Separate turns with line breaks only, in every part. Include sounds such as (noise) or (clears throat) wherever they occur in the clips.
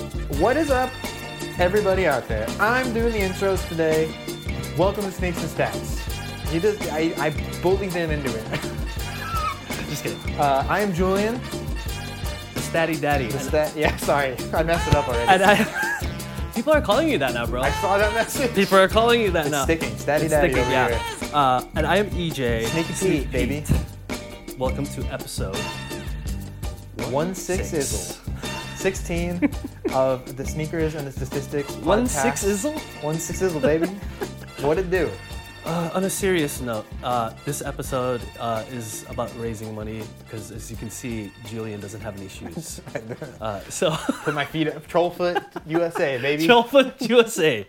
Here's up, everybody out there. I'm doing the intros today. Welcome to Sneaks and Stats. You just, I, I bullied them into it.
(laughs)
(laughs)
Just kidding.
Uh, I am Julian.
The Statty Daddy.
Is that, yeah, (laughs) sorry, I messed it up already.
And (laughs) I, (laughs) people are calling you that now, bro.
I saw that message.
People are calling you that
it's
now.
sticking. Statty
It's
daddy
sticking,
over
yeah.
here.
Uh, and I am EJ.
Sneaky Pete, baby.
Welcome to episode
One six is
(laughs)
sixteen of the sneakers and the statistics.
one
podcast.
six izzle.
one six izzle,
(laughs)
baby. what it do?
Uh, on a serious note, uh, this episode uh, is about raising money because, as you can see, Julian doesn't have
(laughs)
any shoes. Uh, so, (laughs)
Put my feet up. Troll foot USA, baby.
Chilfoot USA,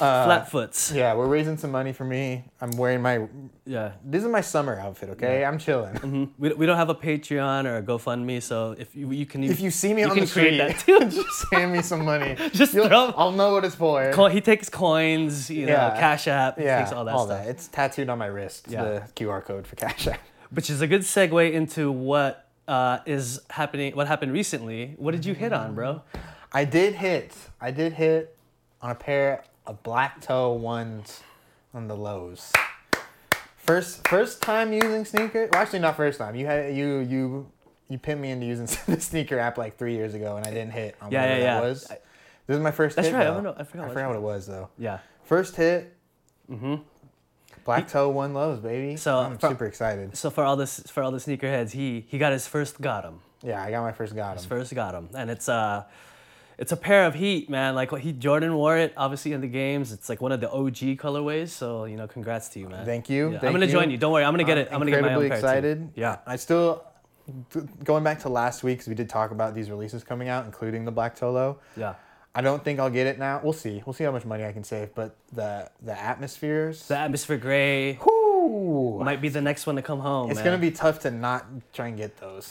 Uh,
flatfoots.
Yeah, we're raising some money for me. I'm wearing my.
Yeah,
This is my summer outfit. Okay, I'm chilling.
Mhm. we, we don't have a Patreon or a GoFundMe, so if you, you can,
If you see me on
can
the street,
create that too. (laughs)
(laughs) just hand me some money.
Just
You'll-
throw-
I'll know what it's for.
Co- he takes coins, you know,
Yeah.
Cash App, he
yeah,
takes all that stuff.
It's tattooed on my wrist.
Yeah.
The QR code for Cash App.
Which is a good segue into what uh, is happening, what happened recently. What did you hit on, bro?
I did hit. I did hit on a pair of black toe ones on the lows. First, first time using sneaker. Well, actually, not first time. You had you you you pinned me into using (laughs) the sneaker app like three years ago, and I didn't hit on
Yeah,
whatever
yeah,
that
yeah.
was. This is my first.
That's
hit,
right, I
though.
don't know- I forgot
I
what
forgot what it was though.
Yeah.
First hit. Mm-hmm. Black toe one lows, baby.
So,
I'm
fro-
super excited.
So for all this, for all the sneakerheads, he he got his first got him,
Yeah, I got my first got
his
him.
first got him, and it's uh, it's a pair of Heat, man. Like what he Jordan wore it, obviously in the games. It's like one of the OG colorways. So you know, congrats to you, man.
Thank you,
Yeah, I'm
thank
gonna
you.
join you. Don't worry, I'm gonna get it. I'm gonna get my own
incredibly
pair too.
excited.
Yeah.
I still th- going back to last week 'cause we did talk about these releases coming out, including the Black Tolo.
Yeah.
I don't think I'll get it now. We'll see. We'll see how much money I can save. But the the atmospheres,
The atmosphere gray
whoo,
might be the next one to come home.
it's
man.
gonna be tough to not try and get those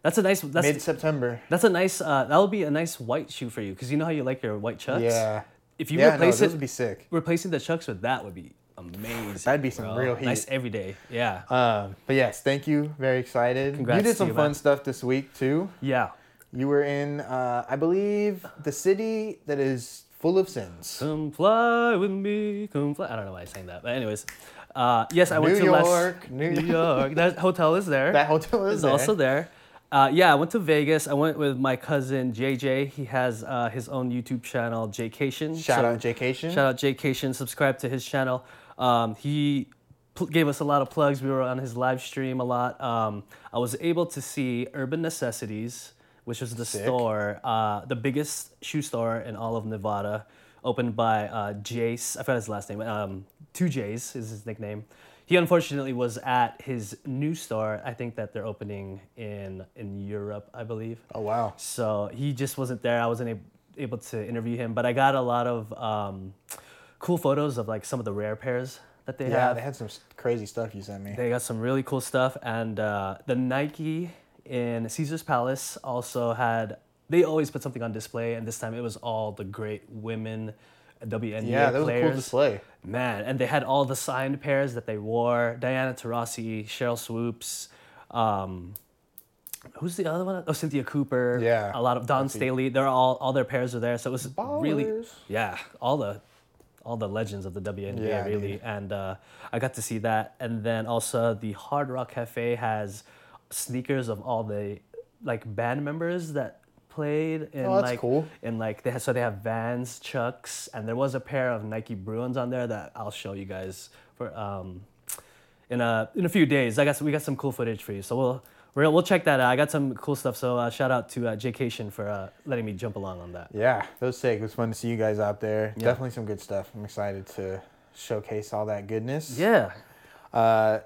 That's a nice. That's
mid September.
That's a nice. Uh, that'll be a nice white shoe for you because you know how you like your white chucks.
Yeah,
If you
yeah, no,
replace
those
it,
would be sick.
replacing the chucks with that would be amazing.
That'd be some
bro.
real heat.
Nice everyday. Yeah.
Um, but yes, thank you. Very excited.
Congrats
you did
to
some
you,
fun
man.
stuff this week too.
yeah.
You were in, uh, I believe, the city that is full of sins.
Come fly with me. Come fly. I don't know why I sang that, but anyways. Uh, yes, I went
New
to Les-
York, New
New York. That hotel is there.
That hotel is
is
there.
also there. Uh, yeah, I went to Vegas. I went with my cousin JJ. He has uh, his own YouTube channel, Jcation.
Shout
So-
out Jcation.
Shout out Jake Cation. Subscribe to his channel. Um, he pl- gave us a lot of plugs. We were on his live stream a lot. Um, I was able to see Urban Necessities, which is the
Sick.
store, uh, the biggest shoe store in all of Nevada, opened by uh, Jace. I forgot his last name. Um, Two J's is his nickname. He unfortunately was at his new store. I think that they're opening in in Europe, I believe.
Oh wow.
So he just wasn't there. I wasn't ab- able to interview him, but I got a lot of um, cool photos of like some of the rare pairs that they
Yeah,
have.
they had some s- crazy stuff you sent me.
They got some really cool stuff, and uh, the Nike in Caesar's Palace also had. They always put something on display, and this time it was all the great women WNBA
yeah, that was
players.
a cool display.
Man, and they had all the signed pairs that they wore. Diana Taurasi, Cheryl Swoops, um, who's the other one? Oh, Cynthia Cooper.
Yeah.
A lot of Don Staley. They're all all their pairs are there. So it was really
Ballers.
yeah, all the all the legends of the WNBA
Yeah,
really. And uh, I got to see that. And then also the Hard Rock Cafe has sneakers of all the like band members that played in
Oh, that's
like
cool.
and like they have, so they have Vans, Chucks, and there was a pair of Nike Bruins on there that I'll show you guys for um in a in a few days. I got some, we got some cool footage for you, so we'll we're, we'll check that out. I got some cool stuff, so uh, shout out to uh, Jcation for uh, letting me jump along on that.
Yeah, that was sick. It was fun to see you guys out there. Definitely some good stuff. I'm excited to showcase all that goodness.
Yeah,
Uh,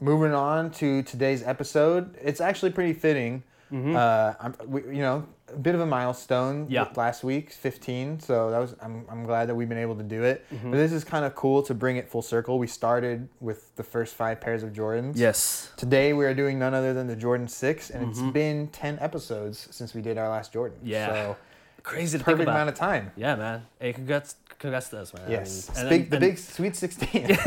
moving on to today's episode, it's actually pretty fitting. Uh, I'm, we, you know, a bit of a milestone
Mm-hmm. Yeah.
with last week, 15. So that was I'm, I'm glad that we've been able to do it.
Mm-hmm.
But this is kind of cool to bring it full circle. We started with the first five pairs of Jordans.
yes,
Today we are doing none other than the Jordan 6 and it's been 10 episodes since we did our last Jordan.
Mm-hmm. Yeah.
So
crazy to (laughs) think
perfect
about.
amount of time.
yeah, man. Hey, congrats, congrats to us, man. I
Yes.
mean, and-
Big-
and-
the big sweet 16.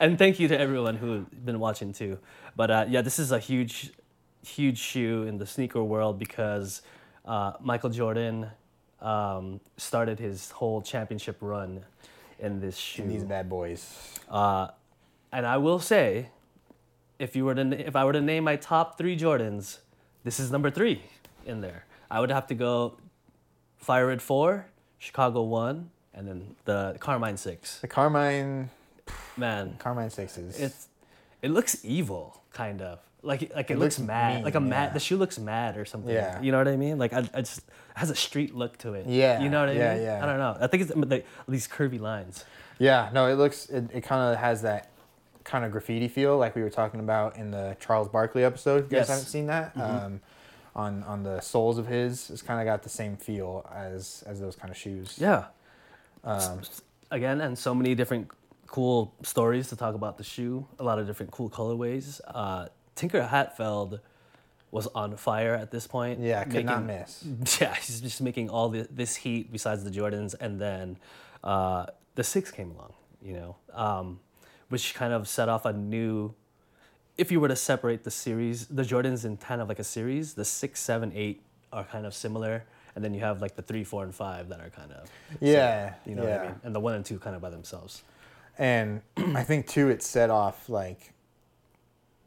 and thank you to everyone who's been watching too. But uh, yeah, this is a huge, huge shoe in the sneaker world because uh, Michael Jordan um, started his whole championship run in this shoe.
in (laughs) these bad boys.
Uh, and I will say, if you were to, if I were to name my top three Jordans, this is number three in there. I would have to go Fire Red four, Chicago one, and then the Carmine six.
The Carmine
Man,
Carmine sixes.
it's it looks evil, kind of like like it,
It
looks,
looks
mad,
mean,
like a mad.
yeah.
The shoe looks mad or something.
Yeah.
you know what I mean. Like I, I just it has a street look to it.
Yeah,
you know what I
yeah,
mean.
yeah.
I don't know. I think it's like, these curvy lines.
yeah, no, it looks it, it kind of has that kind of graffiti feel like we were talking about in the Charles Barkley episode. If you guys
Yes. Mm-hmm.
haven't seen that. Um, on on the soles of his, it's kind of got the same feel as as those kind of shoes.
Yeah.
Um,
again, and so many different cool stories to talk about the shoe. A lot of different cool colorways. Uh, Tinker Hatfield was on fire at this point.
yeah, could not
making-
miss.
(laughs) Yeah, he's just making all the, this heat besides the Jordans, and then uh, the six came along. You know, um, which kind of set off a new. If you were to separate the series, the Jordans in kind of like a series, the six, seven, eight are kind of similar, and then you have like the three, four, and five that are kind of
Yeah,
you know
yeah.
what I mean? And the one and two kind of by themselves.
and I think too it set off like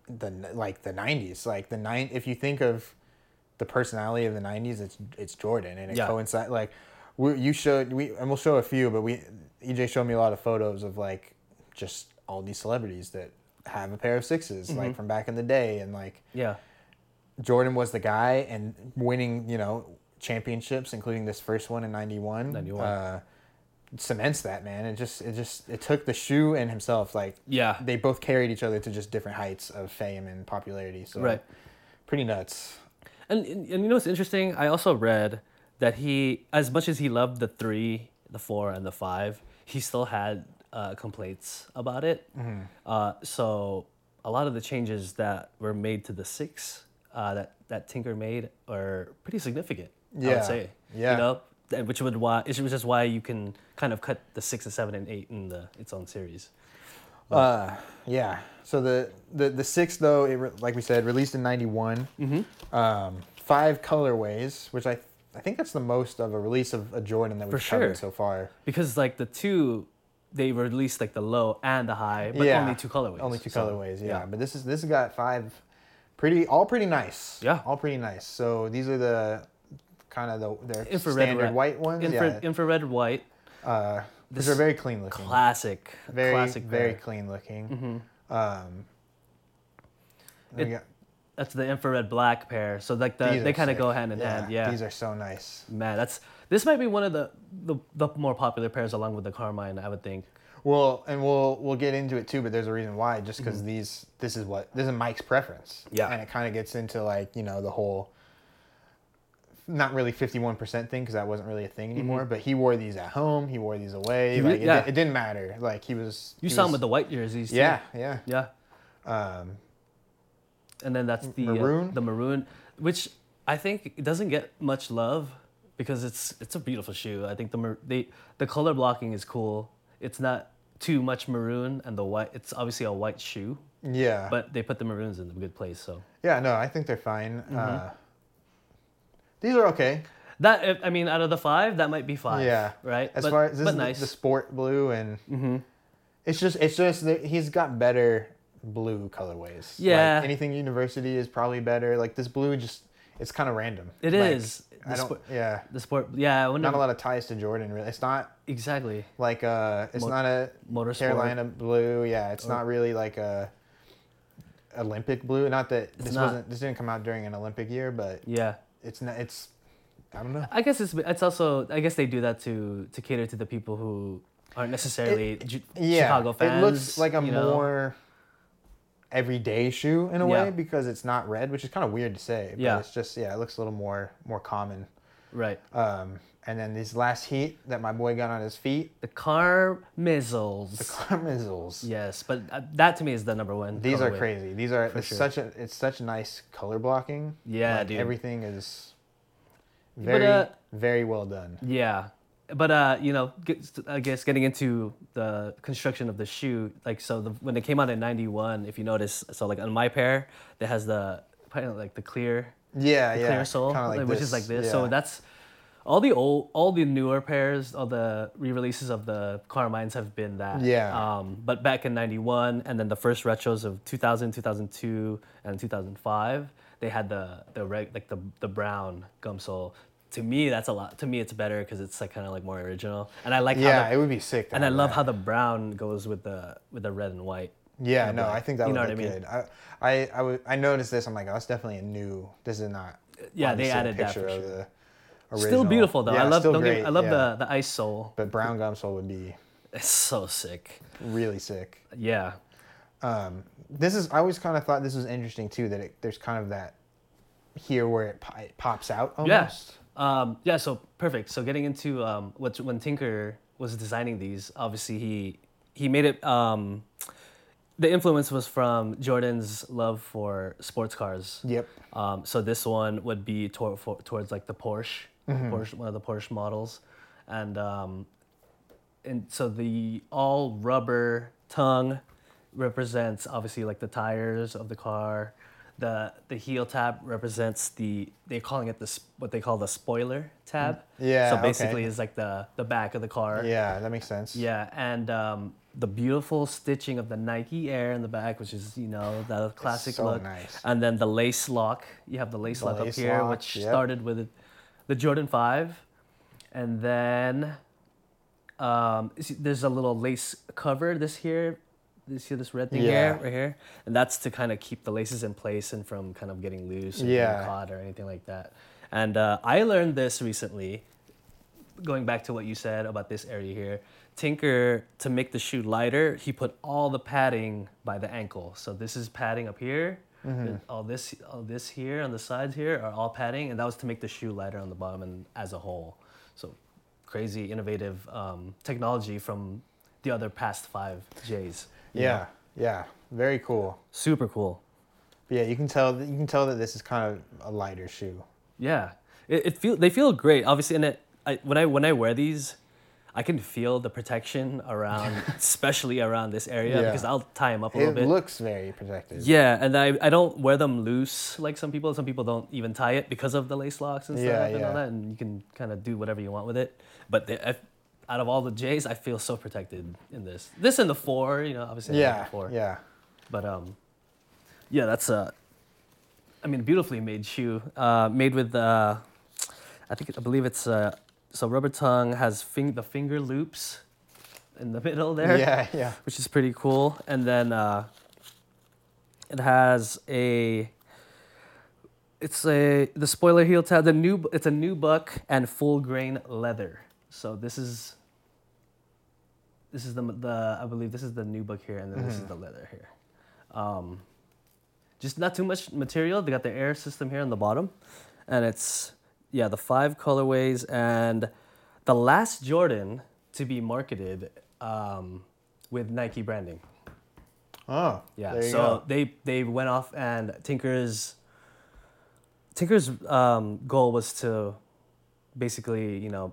the n- like the nineties like the nine if you think of the personality of the nineties it's it's Jordan and it
Yeah.
coincides like we, you showed we and we'll show a few but we EJ showed me a lot of photos of like just all these celebrities that have a pair of 6s like from back in the day and like
Yeah.
Jordan was the guy and winning, you know, championships, including this first one in '91.
91.
Uh, cements that man. It just, it just, it took the shoe and himself. Like
Yeah.
they both carried each other to just different heights of fame and popularity. So
Right.
pretty nuts.
And, and you know what's interesting? I also read that he, as much as he loved the three, the four, and the five, he still had uh, complaints about it.
Mm-hmm.
Uh, so a lot of the changes that were made to the six uh, that, that Tinker made are pretty significant, I
Yeah.
would say.
Yeah.
You know? That- Which would why which is why you can kind of cut the six and seven and eight in the its own series.
Uh, yeah. So the the the six though, it re- like we said, released in '91. Mm-hmm. Um, five colorways, which I. I think that's the most of a release of a Jordan that we've
For
covered
sure.
so far.
because like the two they released like the low and the high but
Yeah.
only two colorways
Only two
So,
colorways, yeah. But this is this has got five, pretty all pretty nice.
Yeah.
all pretty nice. So these are the kind of the their
Infrared
standard
ra-
white ones.
infra- infrared white
yeah, uh, these are very clean looking.
classic
very
classic
very
pair.
clean looking. Um, then we
It-
got-
that's the infrared black pair so like the,
these
they
are
kind of
sick.
go hand in hand yeah
these are so nice.
man that's this might be one of the, the the more popular pairs along with the carmine i would think
Well, and we'll we'll get into it too, but there's a reason why. Just because these, this is what this is Mike's preference.
Mm-hmm. Yeah.
and it kind of gets into like you know the whole, not really fifty one percent thing because that wasn't really a thing anymore. But he wore these at home. He wore these away.
Mm-hmm. He
like
re-
it, di-
yeah.
it didn't matter. Like he was.
you
he
saw
was-
him with the white jerseys too.
Yeah, yeah.
yeah
Um,
and then that's the uh,
maroon?
the maroon, which I think it doesn't get much love because it's it's a beautiful shoe. I think the mar- they, the color blocking is cool. It's not too much maroon and the white. It's obviously a white shoe,
yeah.
but they put the maroons in a good place. So
yeah. No, I think they're fine.
Mm-hmm.
Uh, these are okay.
that if- I mean, out of the five, that might be five.
Yeah.
right.
As
but,
far as this
but
is the-
nice. Mm-hmm.
the sport blue and it's just it's just that he's got better blue colorways. Like,
Yeah.
anything university is probably better. Like this blue just it's kind of random.
It
It is.
is.
I
The
don't.
sport-
yeah.
the sport, yeah. I wonder
Not a lot of ties to Jordan. Really, it's not
exactly.
like a. It's
Mo- Oh.
not a
motorsport.
Carolina blue. Yeah, it's not really like a Olympic blue. Not that this
not.
wasn't. This didn't come out during an Olympic year, but
Yeah.
it's not. It's. I don't know.
I guess it's it's also I guess they do that to to cater to the people who aren't necessarily Ju-
yeah,
Chicago fans.
It looks like a
you know?
more everyday shoe in a
Yeah.
way because it's not red, which is kind of weird to say. But
Yeah.
it's just yeah, it looks a little more more common.
right
Um, and then this last heat that my boy got on his feet, (laughs)
the car missiles.
the Carmizzles.
yes, but uh, that to me is the number one.
These are
colorway.
crazy. These are it's
sure.
such a it's such nice color blocking.
Yeah,
Like,
dude.
Everything is very
uh,
very well done.
Yeah, but uh, you know, get, I guess getting into the construction of the shoe, like so, the, when they came out in '91, if you notice, so like on my pair, that has the kind of like the clear
Yeah, yeah.
clear sole,
kinda
like which is like this. So
yeah.
that's all the old, all the newer pairs, all the re-releases of the Carmines have been that.
Yeah.
Um, but back in '91, and then the first retros of 2000, 2002, and 2005, they had the the reg, like the the brown gum sole. To me, that's a lot. To me, it's better because it's like kind of like more original, and I like
Yeah,
how the,
it would be sick. to
and I
have
love
that.
how the brown goes with the with the red and white.
Yeah,
and
no,
black.
I think that
You
would
know
look
what I mean?
good. I, I, I, would, I noticed this. I'm like, oh, that's definitely a new. This is not.
Yeah, they
obviously
added
a
that
picture
for
of
sure.
the
Still
original.
beautiful though.
Yeah,
I love
still
don't get me-
great,
I love
yeah.
the the ice sole.
But brown gumsole would be
It's so sick.
really sick.
Yeah.
um, this is I always kind of thought this was interesting too that it, there's kind of that here where it, po- it pops out almost.
Yes. Um, yeah. So perfect. So getting into um, what when Tinker was designing these, obviously he he made it. Um, the influence was from Jordan's love for sports cars.
Yep.
Um, so this one would be tor- for, towards like the Porsche,
Mm-hmm.
Porsche, one of the Porsche models, and um, and so the all rubber tongue represents obviously like the tires of the car. The the heel tab represents the they're calling it the s- what they call the spoiler tab.
Mm-hmm. yeah,
So
okay.
basically, it's like the the back of the car.
Yeah, that makes sense.
Yeah, and um, the beautiful stitching of the Nike Air in the back, which is you know the classic
so
look.
nice.
And then the lace lock. You have the lace
The
lock
lace
up here,
lock,
which
yep.
started with the Jordan Five, and then um, you see there's a little lace cover. This here, you see this red thing
Yeah.
here, right here, and that's to kind of keep the laces in place and from kind of getting loose or
Yeah.
being caught or anything like that. And uh, I learned this recently going back to what you said about this area here, Tinker to make the shoe lighter, he put all the padding by the ankle. So this is padding up here. All this, all this here on the sides here are all padding, and that was to make the shoe lighter on the bottom and as a whole. So crazy innovative um, technology from the other past five J's.
Yeah. Yeah. Very cool.
super cool.
But yeah, you can tell you can tell that this is kind of a lighter shoe.
Yeah, it, it feel they feel great. Obviously, and it I, when I when I wear these, I can feel the protection around,
(laughs)
especially around this area,
Yeah.
because I'll tie them up a
It
little bit.
looks very protective.
yeah, and I, I don't wear them loose like some people. Some people don't even tie it because of the lace locks and stuff
Yeah,
and all
yeah.
that, and you can kind of do whatever you want with it. But the, I, out of all the J's, I feel so protected in this. This and the four, you know, obviously I like
Yeah.
the four.
Yeah.
But um, yeah, that's a, I mean, beautifully made shoe. Uh, made with uh, I think I believe it's uh, so rubber tongue has fing- the finger loops, in the (laughs) middle there,
Yeah. Yeah.
which is pretty cool. And then uh, it has a. It's a the spoiler heel tab. The new it's a new buck and full grain leather. So this is. This is the the I believe this is the new buck here, and then this is the leather here. Um, just not too much material. They got the air system here on the bottom, and it's yeah the five colorways and the last Jordan to be marketed um, with Nike branding.
Oh.
Yeah,
There you
so
go.
they they went off and Tinker's Tinker's um, goal was to basically you know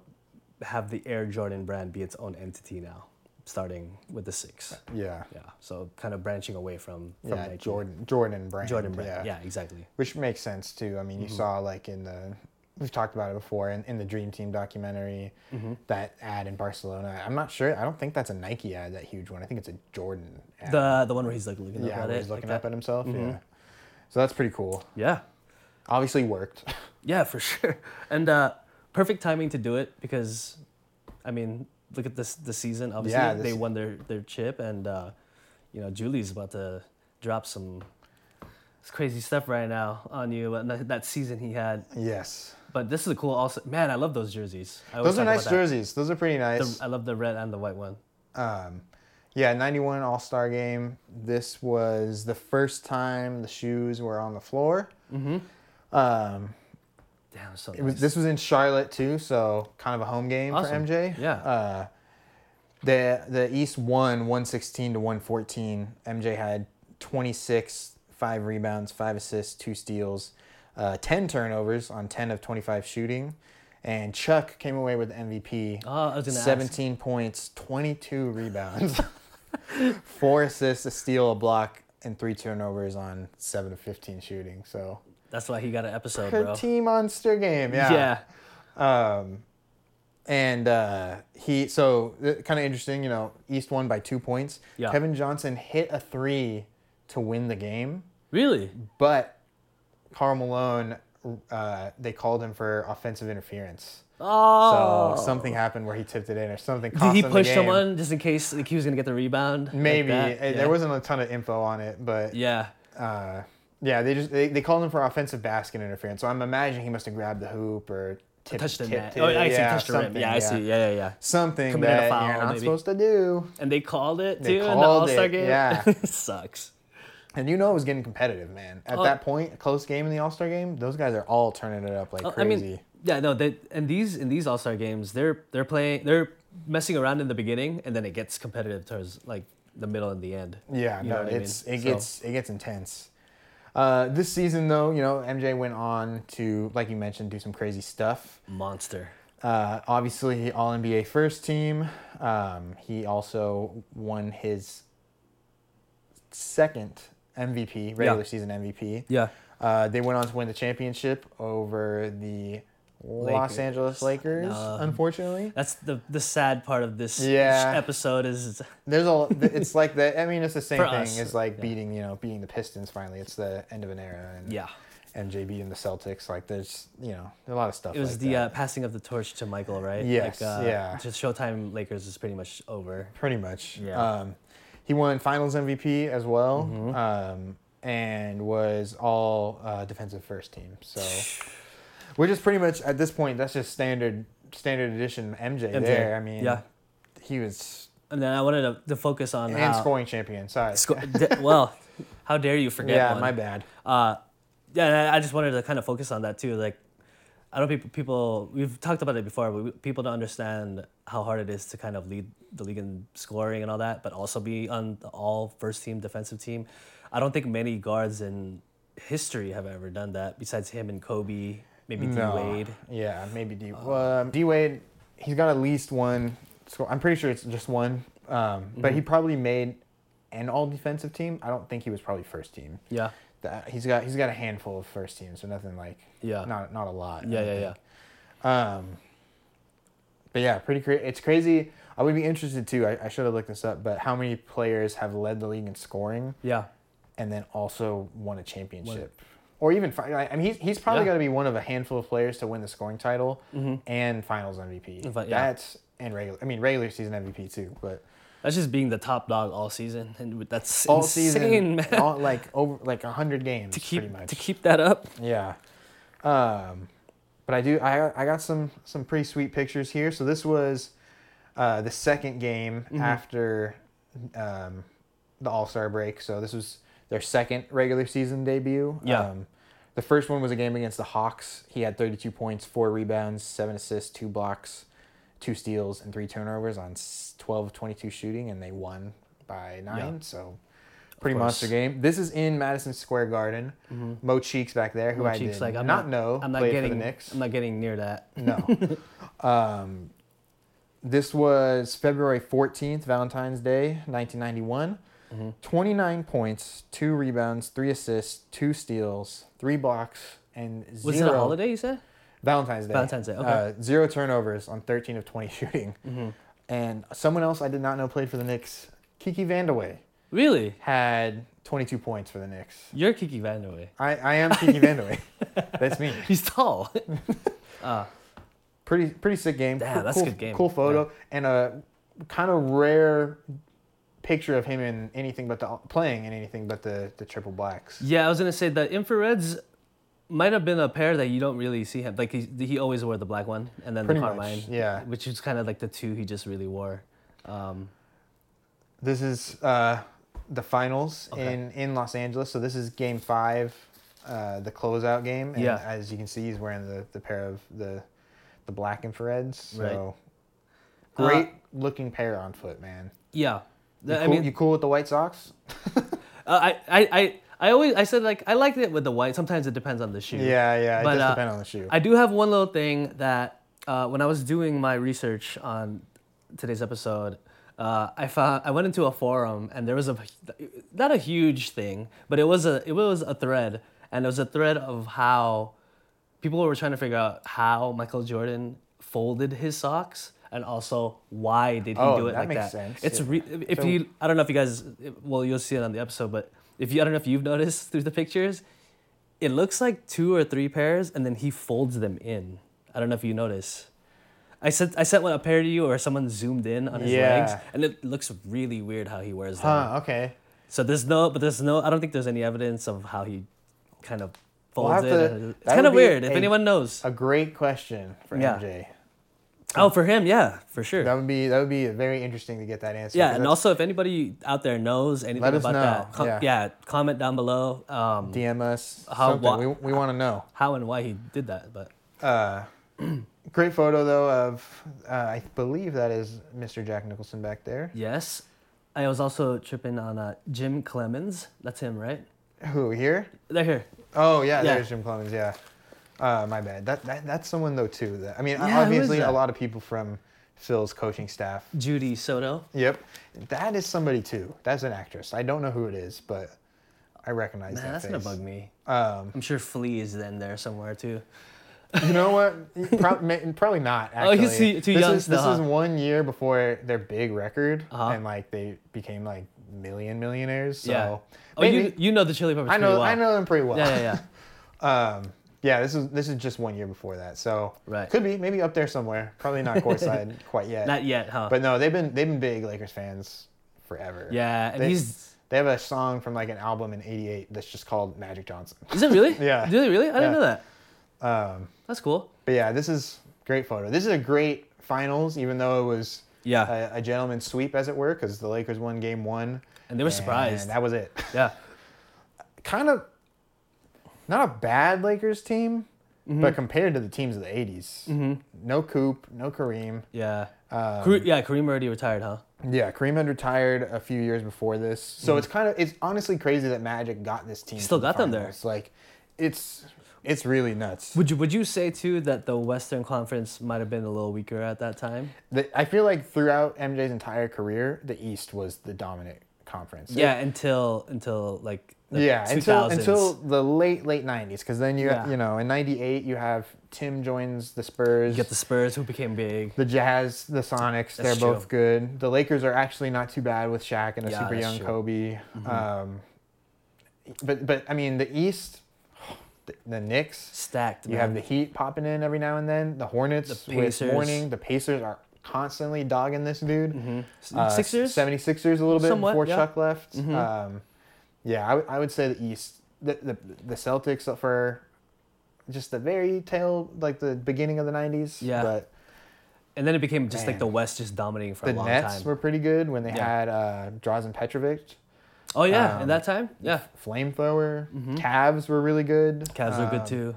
have the Air Jordan brand be its own entity now, starting with the six.
Yeah.
Yeah, so kind of branching away from, from
Yeah.
Nike.
Jordan. Jordan brand.
Jordan brand. Yeah. Mm-hmm. exactly.
Which makes sense too. I mean, you saw like in the we've talked about it before in, in the Dream Team documentary
Mm-hmm.
that ad in Barcelona. I'm not sure. I don't think that's a Nike ad. That huge one. I think it's a Jordan. Ad.
The the one where he's like looking
yeah,
up at
where
it. Mm-hmm.
he's looking
like
up at himself. Yeah. So that's pretty cool.
that. Yeah.
Obviously worked.
(laughs) Yeah, for sure. And uh, perfect timing to do it because, I mean, look at this the season. Obviously,
Yeah,
they
this-
won their their chip, and uh, you know Julie's about to drop some. It's crazy stuff right now on you. And that, that season he had,
yes.
but this is a cool. Also, man, I love those jerseys. I always
Those are
talk
nice
about
jerseys. Those are pretty
that.
nice.
The- I love the red and the white one.
Um, yeah, 91 All Star game. This was the first time the shoes were on the floor. Mm-hmm. Um,
Damn, so
it was,
nice.
this was in Charlotte too, so kind of a home game
Awesome.
for MJ.
Yeah.
Uh, the the East won 116 to 114. MJ had 26, five rebounds, five assists, two steals, uh, 10 turnovers on 10 of 25 shooting. And Chuck came away with MVP.
Oh, I was gonna ask.
17 points, 22 rebounds, (laughs) four assists, a steal, a block, and three turnovers on 7 of 15 shooting. So,
That's why he got an episode,
her
bro.
team monster game. Yeah.
yeah.
Um, and uh, he so kind of interesting, you know. East won by two points.
Yeah.
Kevin Johnson hit a three to win the game,
Really?
but Carl Malone, uh, they called him for offensive interference.
Oh.
So something happened where he tipped it in or something.
Did
cost
he
him the
push
game.
someone just in case like, he was gonna get the rebound? like
Maybe
that?
Uh,
Yeah.
there wasn't a ton of info on it, but
Yeah.
uh, yeah, they just they, they called him for offensive basket interference. So I'm imagining he must have grabbed the hoop or tipped,
Touched the
tipped
net.
it.
Oh, I see.
Yeah,
touched the rim.
something,
Yeah, I see. Yeah, yeah, yeah.
Something
Committed a
that
foul,
you're not
maybe.
supposed to do,
And they called it
They
too in the
called
All Star
it,
game. (laughs)
yeah.
Sucks.
and you know it was getting competitive, man. At
Oh.
that point, a close game in the All Star game, those guys are all turning it up like
Oh, I
crazy.
mean, yeah, no. They and these in these All Star games, they're they're playing, they're messing around in the beginning, and then it gets competitive towards like the middle and the end.
Yeah,
You know
no,
what I mean?
it's it
So-
gets it gets intense. Uh, this season, though, you know, MJ went on to, like you mentioned, do some crazy stuff.
Monster.
Uh, obviously, All NBA first team. Um, he also won his second MVP, regular
Yeah.
season MVP.
Yeah.
Uh, they went on to win the championship over the Los
Lakers.
Angeles Lakers.
No.
Unfortunately,
That's the the sad part of this
Yeah.
sh- episode is
there's a.
(laughs)
It's like the. I mean, it's the same
For
thing.
us,
It's like
yeah.
beating, you know, beating the Pistons. Finally, it's the end of an era. And
yeah.
MJB and the Celtics. Like there's you know a lot of stuff.
It was
like
the
that.
uh, passing of the torch to Michael, right?
Yes,
Like, uh,
yeah.
To Showtime Lakers is pretty much over.
pretty much.
Yeah. Mm-hmm.
Um, he won Finals MVP as well, um, and was all uh, defensive first team.
(sighs)
So, which is pretty much at this point that's just standard standard edition MJ,
MJ,
there. I mean,
yeah.
he was
And then I wanted to, to focus on
and
how,
scoring champion. Sorry.
sco- (laughs) d- well, how dare you forget
yeah,
one?
my bad.
Uh, yeah, and I- I just wanted to kind of focus on that too. Like, I don't people people we've talked about it before, but we, people don't understand how hard it is to kind of lead the league in scoring and all that, but also be on the all first team defensive team. I don't think many guards in history have ever done that besides him and Kobe, maybe Oh.
No.
D Wade.
Yeah, maybe D. well, D Wade, he's got at least one. score. I'm pretty sure it's just one, um, but
Mm-hmm.
he probably made an all defensive team. I don't think he was probably first team.
Yeah.
That he's got he's got a handful of first teams, so nothing like
Yeah.
not not a lot. I
Yeah,
don't
yeah, yeah.
think. Um, but yeah, pretty crazy. It's crazy. I would be interested too. I, I should have looked this up, but how many players have led the league in scoring
Yeah.
and then also won a championship. Or even, fi- I mean, he's, he's probably
Yeah.
got to be one of a handful of players to win the scoring title and Finals MVP.
In fact, yeah.
That's and regular. I mean, regular season MVP too. But
That's just being the top dog all season, and with- that's
all
insane,
season,
(laughs) man.
all, like over like hundred games
to
pretty
keep
much.
to keep that up.
yeah. Um, but I do. I I got some some pretty sweet pictures here. So this was uh, the second game after um, the All Star break. So this was their second regular season debut.
Yeah.
Um, the first one was a game against the Hawks. He had 32 points, four rebounds, seven assists, two blocks, two steals, and three turnovers on s- 12 of 22 shooting, and they won by nine. So pretty
course. Mm-hmm.
monster game. This is in Madison Square Garden. Mo Cheeks back there, who I
Cheeks,
did
like, I'm
not
not-
know
I'm not
played
getting
for the Knicks.
I'm not getting near that. (laughs)
No. um, this was February 14th, Valentine's Day, 1991.
Mm-hmm.
29 points, two rebounds, three assists, two steals, three blocks, and zero.
Was it a holiday? You said?
Valentine's Day.
Valentine's Day, okay. Mm-hmm.
Uh, zero turnovers on 13 of 20 (laughs) shooting. And someone else I did not know played for the Knicks, Kiki Vandaway,
Really?
had 22 points for the Knicks.
You're Kiki Vandaway.
I, I am Kiki Vandaway. (laughs) That's me. (laughs)
He's tall. uh,
pretty pretty sick game.
Damn,
Cool-
that's a
cool,
good game.
Cool photo and a kind of rare picture of him in anything but the playing in anything but the the triple blacks.
yeah, I was gonna say the infrareds might have been a pair that you don't really see him. Like he, he always wore the black one and then
Pretty
the
much,
carmine,
yeah.
which is kind of like the two he just really wore. Um,
This is uh, the finals
Okay.
in in Los Angeles. So this is game five, uh, the closeout game. And
Yeah.
As you can see, he's wearing the the pair of the the black infrareds. So
Uh,
great looking pair on foot, man. You,
yeah, The- I
cool,
mean,
you cool with the White Sox?
uh, I, I, I, I always I said like I liked it with the white. Sometimes it depends on the shoe.
Yeah, yeah. It
But,
just
uh,
depends on the shoe.
I do have one little thing that uh, when I was doing my research on today's episode, uh, I found I went into a forum and there was a not a huge thing, but it was a it was a thread and it was a thread of how people were trying to figure out how Michael Jordan folded his socks and also why did he
Oh,
do it
that
like
makes
that.
sense,
It's
yeah.
re- if
So-
you I don't know if you guys well you'll see it on the episode, but if you I don't know if you've (laughs) noticed through the pictures, it looks like two or three pairs and then he folds them in. I don't know if you notice. I sent I sent one a pair to you or someone zoomed in on his
Yeah.
legs and it looks really weird how he wears them.
Huh, okay.
So there's no, but there's no. I don't think there's any evidence of how he kind of
We'll have
folds
to-
it. and- It's
that
kind of
would be
weird. If
a-
anyone knows,
A great question for
Yeah.
MJ.
oh, for him, yeah, for sure.
That would be that would be very interesting to get that answer.
yeah,
'cause
and
that's-
also if anybody out there knows anything
Let us
about
know,
that, com-
yeah.
comment down below um,
DM us
How-
something.
wha-
we we want to know.
how and why he did that. But
Uh, (clears throat) great photo though of uh, I believe that is Mr. Jack Nicholson back there.
yes, I was also tripping on uh, Jim Clemens. That's him, right?
Who here?
They're here.
Oh yeah,
Yeah.
there's Jim Clemens. Yeah. Uh, my bad. That, that that's someone though too. That I mean,
Yeah, who is
obviously a
that?
lot of people from Phil's coaching staff.
Judy Soto.
Yep, that is somebody too. That's an actress. I don't know who it is, but I recognize
Man,
that
that's
face.
gonna bug me.
Um,
I'm sure Flea is then there somewhere too.
you know what?
(laughs)
Pro- ma- probably not.
Oh,
Actually.
he's too- too
this
young
Is, this
still,
is
huh?
one year before their big record,
Uh-huh.
and like they became like million millionaires. So
Yeah. Oh,
maybe
you you know the Chili Peppers
I know
pretty well.
I know them pretty well.
Yeah, yeah,
(laughs)
yeah.
Um, yeah, this is this is just one year before that, so
Right.
could be maybe up there somewhere. Probably
(laughs)
not courtside quite yet.
Not yet, huh?
But no, they've been they've been big Lakers fans forever.
yeah, and
They-
he's
They have a song from like an album in '88 that's just called Magic Johnson.
is it really?
(laughs) Yeah.
Do they really? I didn't
Yeah.
know that.
Um,
That's cool.
but yeah, this is great photo. This is a great finals, even though it was
Yeah.
a, a gentleman's sweep, as it were, because the Lakers won Game One.
And they were
and
surprised.
that was it.
yeah.
kind of not a bad Lakers team,
Mm-hmm.
but compared to the teams of the '80s, no Coop, no Kareem.
Yeah.
Um,
Kare- yeah, Kareem already retired, huh?
yeah, Kareem had retired a few years before this, so it's kind of it's honestly crazy that Magic got this team.
Mm-hmm. Still
to the
got them there.
finals. Like, it's it's really nuts.
Would you would you say too that the Western Conference might have been a little weaker at that time?
The- I feel like throughout MJ's entire career, the East was the dominant conference.
yeah, until until like the
yeah,
2000s.
until until the late late '90s, because then you
Yeah.
you know in '98 you have Tim joins the Spurs.
you get the Spurs who became big.
The Jazz, the Sonics, they're
true.
both good. The Lakers are actually not too bad with Shaq and a
Yeah,
super
that's
young
true. Mm-hmm.
Kobe. Um, but but I mean the East, (sighs) the, the Knicks.
Stacked.
You have
man.
the Heat popping in every now and then. The Hornets
The
with
Pacers.
morning. The Pacers are constantly dogging this dude.
S- Sixers?
76ers Uh, a little bit
Somewhat,
before
yeah. Mm-hmm.
Chuck left. Um, yeah, I would- I would say the East. The, the, the Celtics for just the very tail, like the beginning of the 90s.
Yeah.
But
and then it became just like
Man.
the West just dominating for
the
a long
Nets
time.
were pretty good when they
Yeah.
had uh, Drazen Petrovic,
oh yeah,
um,
at that time? Yeah.
flamethrower. Cavs were really good.
Mm-hmm. Cavs were
Um,
good too.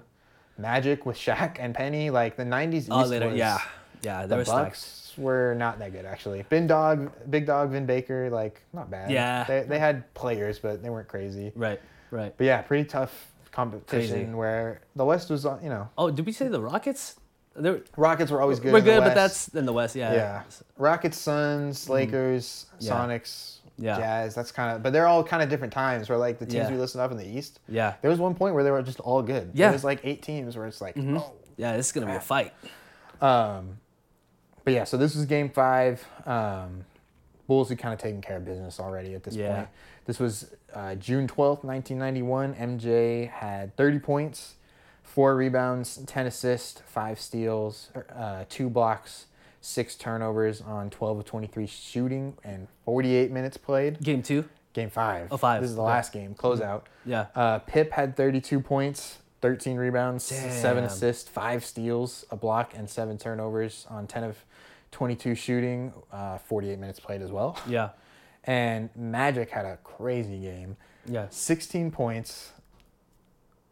Magic with Shaq and Penny, like the '90s.
Oh
East
later,
was-
yeah. Yeah, they
the
were stacked.
Bucks were not that good actually. Bin Dog, Big Dog, Vin Baker, like not bad.
Yeah.
they, they had players, but they weren't crazy.
Right, right.
But yeah, pretty tough competition
Crazy.
where the West was, uh, you know,
Oh, did we say the Rockets? They're,
Rockets were always good.
we're
in the
good,
West.
but that's in the West. Yeah.
yeah. Rockets, Suns, Lakers,
Yeah.
Sonics,
Yeah.
Jazz. That's kind of, but they're all kind of different times where like the teams
Yeah.
we listed up in the East.
Yeah.
There was one point where they were just all good.
Yeah. Mm-hmm.
There was like eight teams where it's like, oh.
Yeah, this is gonna be a fight.
Um, but yeah, so this was game five. Um, Bulls had kind of taken care of business already at this
Yeah.
point. This was uh, June 12th, 1991. MJ had 30 points, four rebounds, 10 assists, five steals, er, uh, two blocks, six turnovers on 12 of 23 shooting, and 48 minutes played.
Game two.
Game five.
Oh, five. Mm-hmm.
This is the
Okay.
last game, closeout.
Yeah.
Uh, Pip had 32 points, 13 rebounds, seven
Damn.
assists, five steals, a block, and seven turnovers on 10 of 22 shooting, uh, 48 minutes played as well.
Yeah.
And Magic had a crazy game (laughs)
Yeah.
16 points,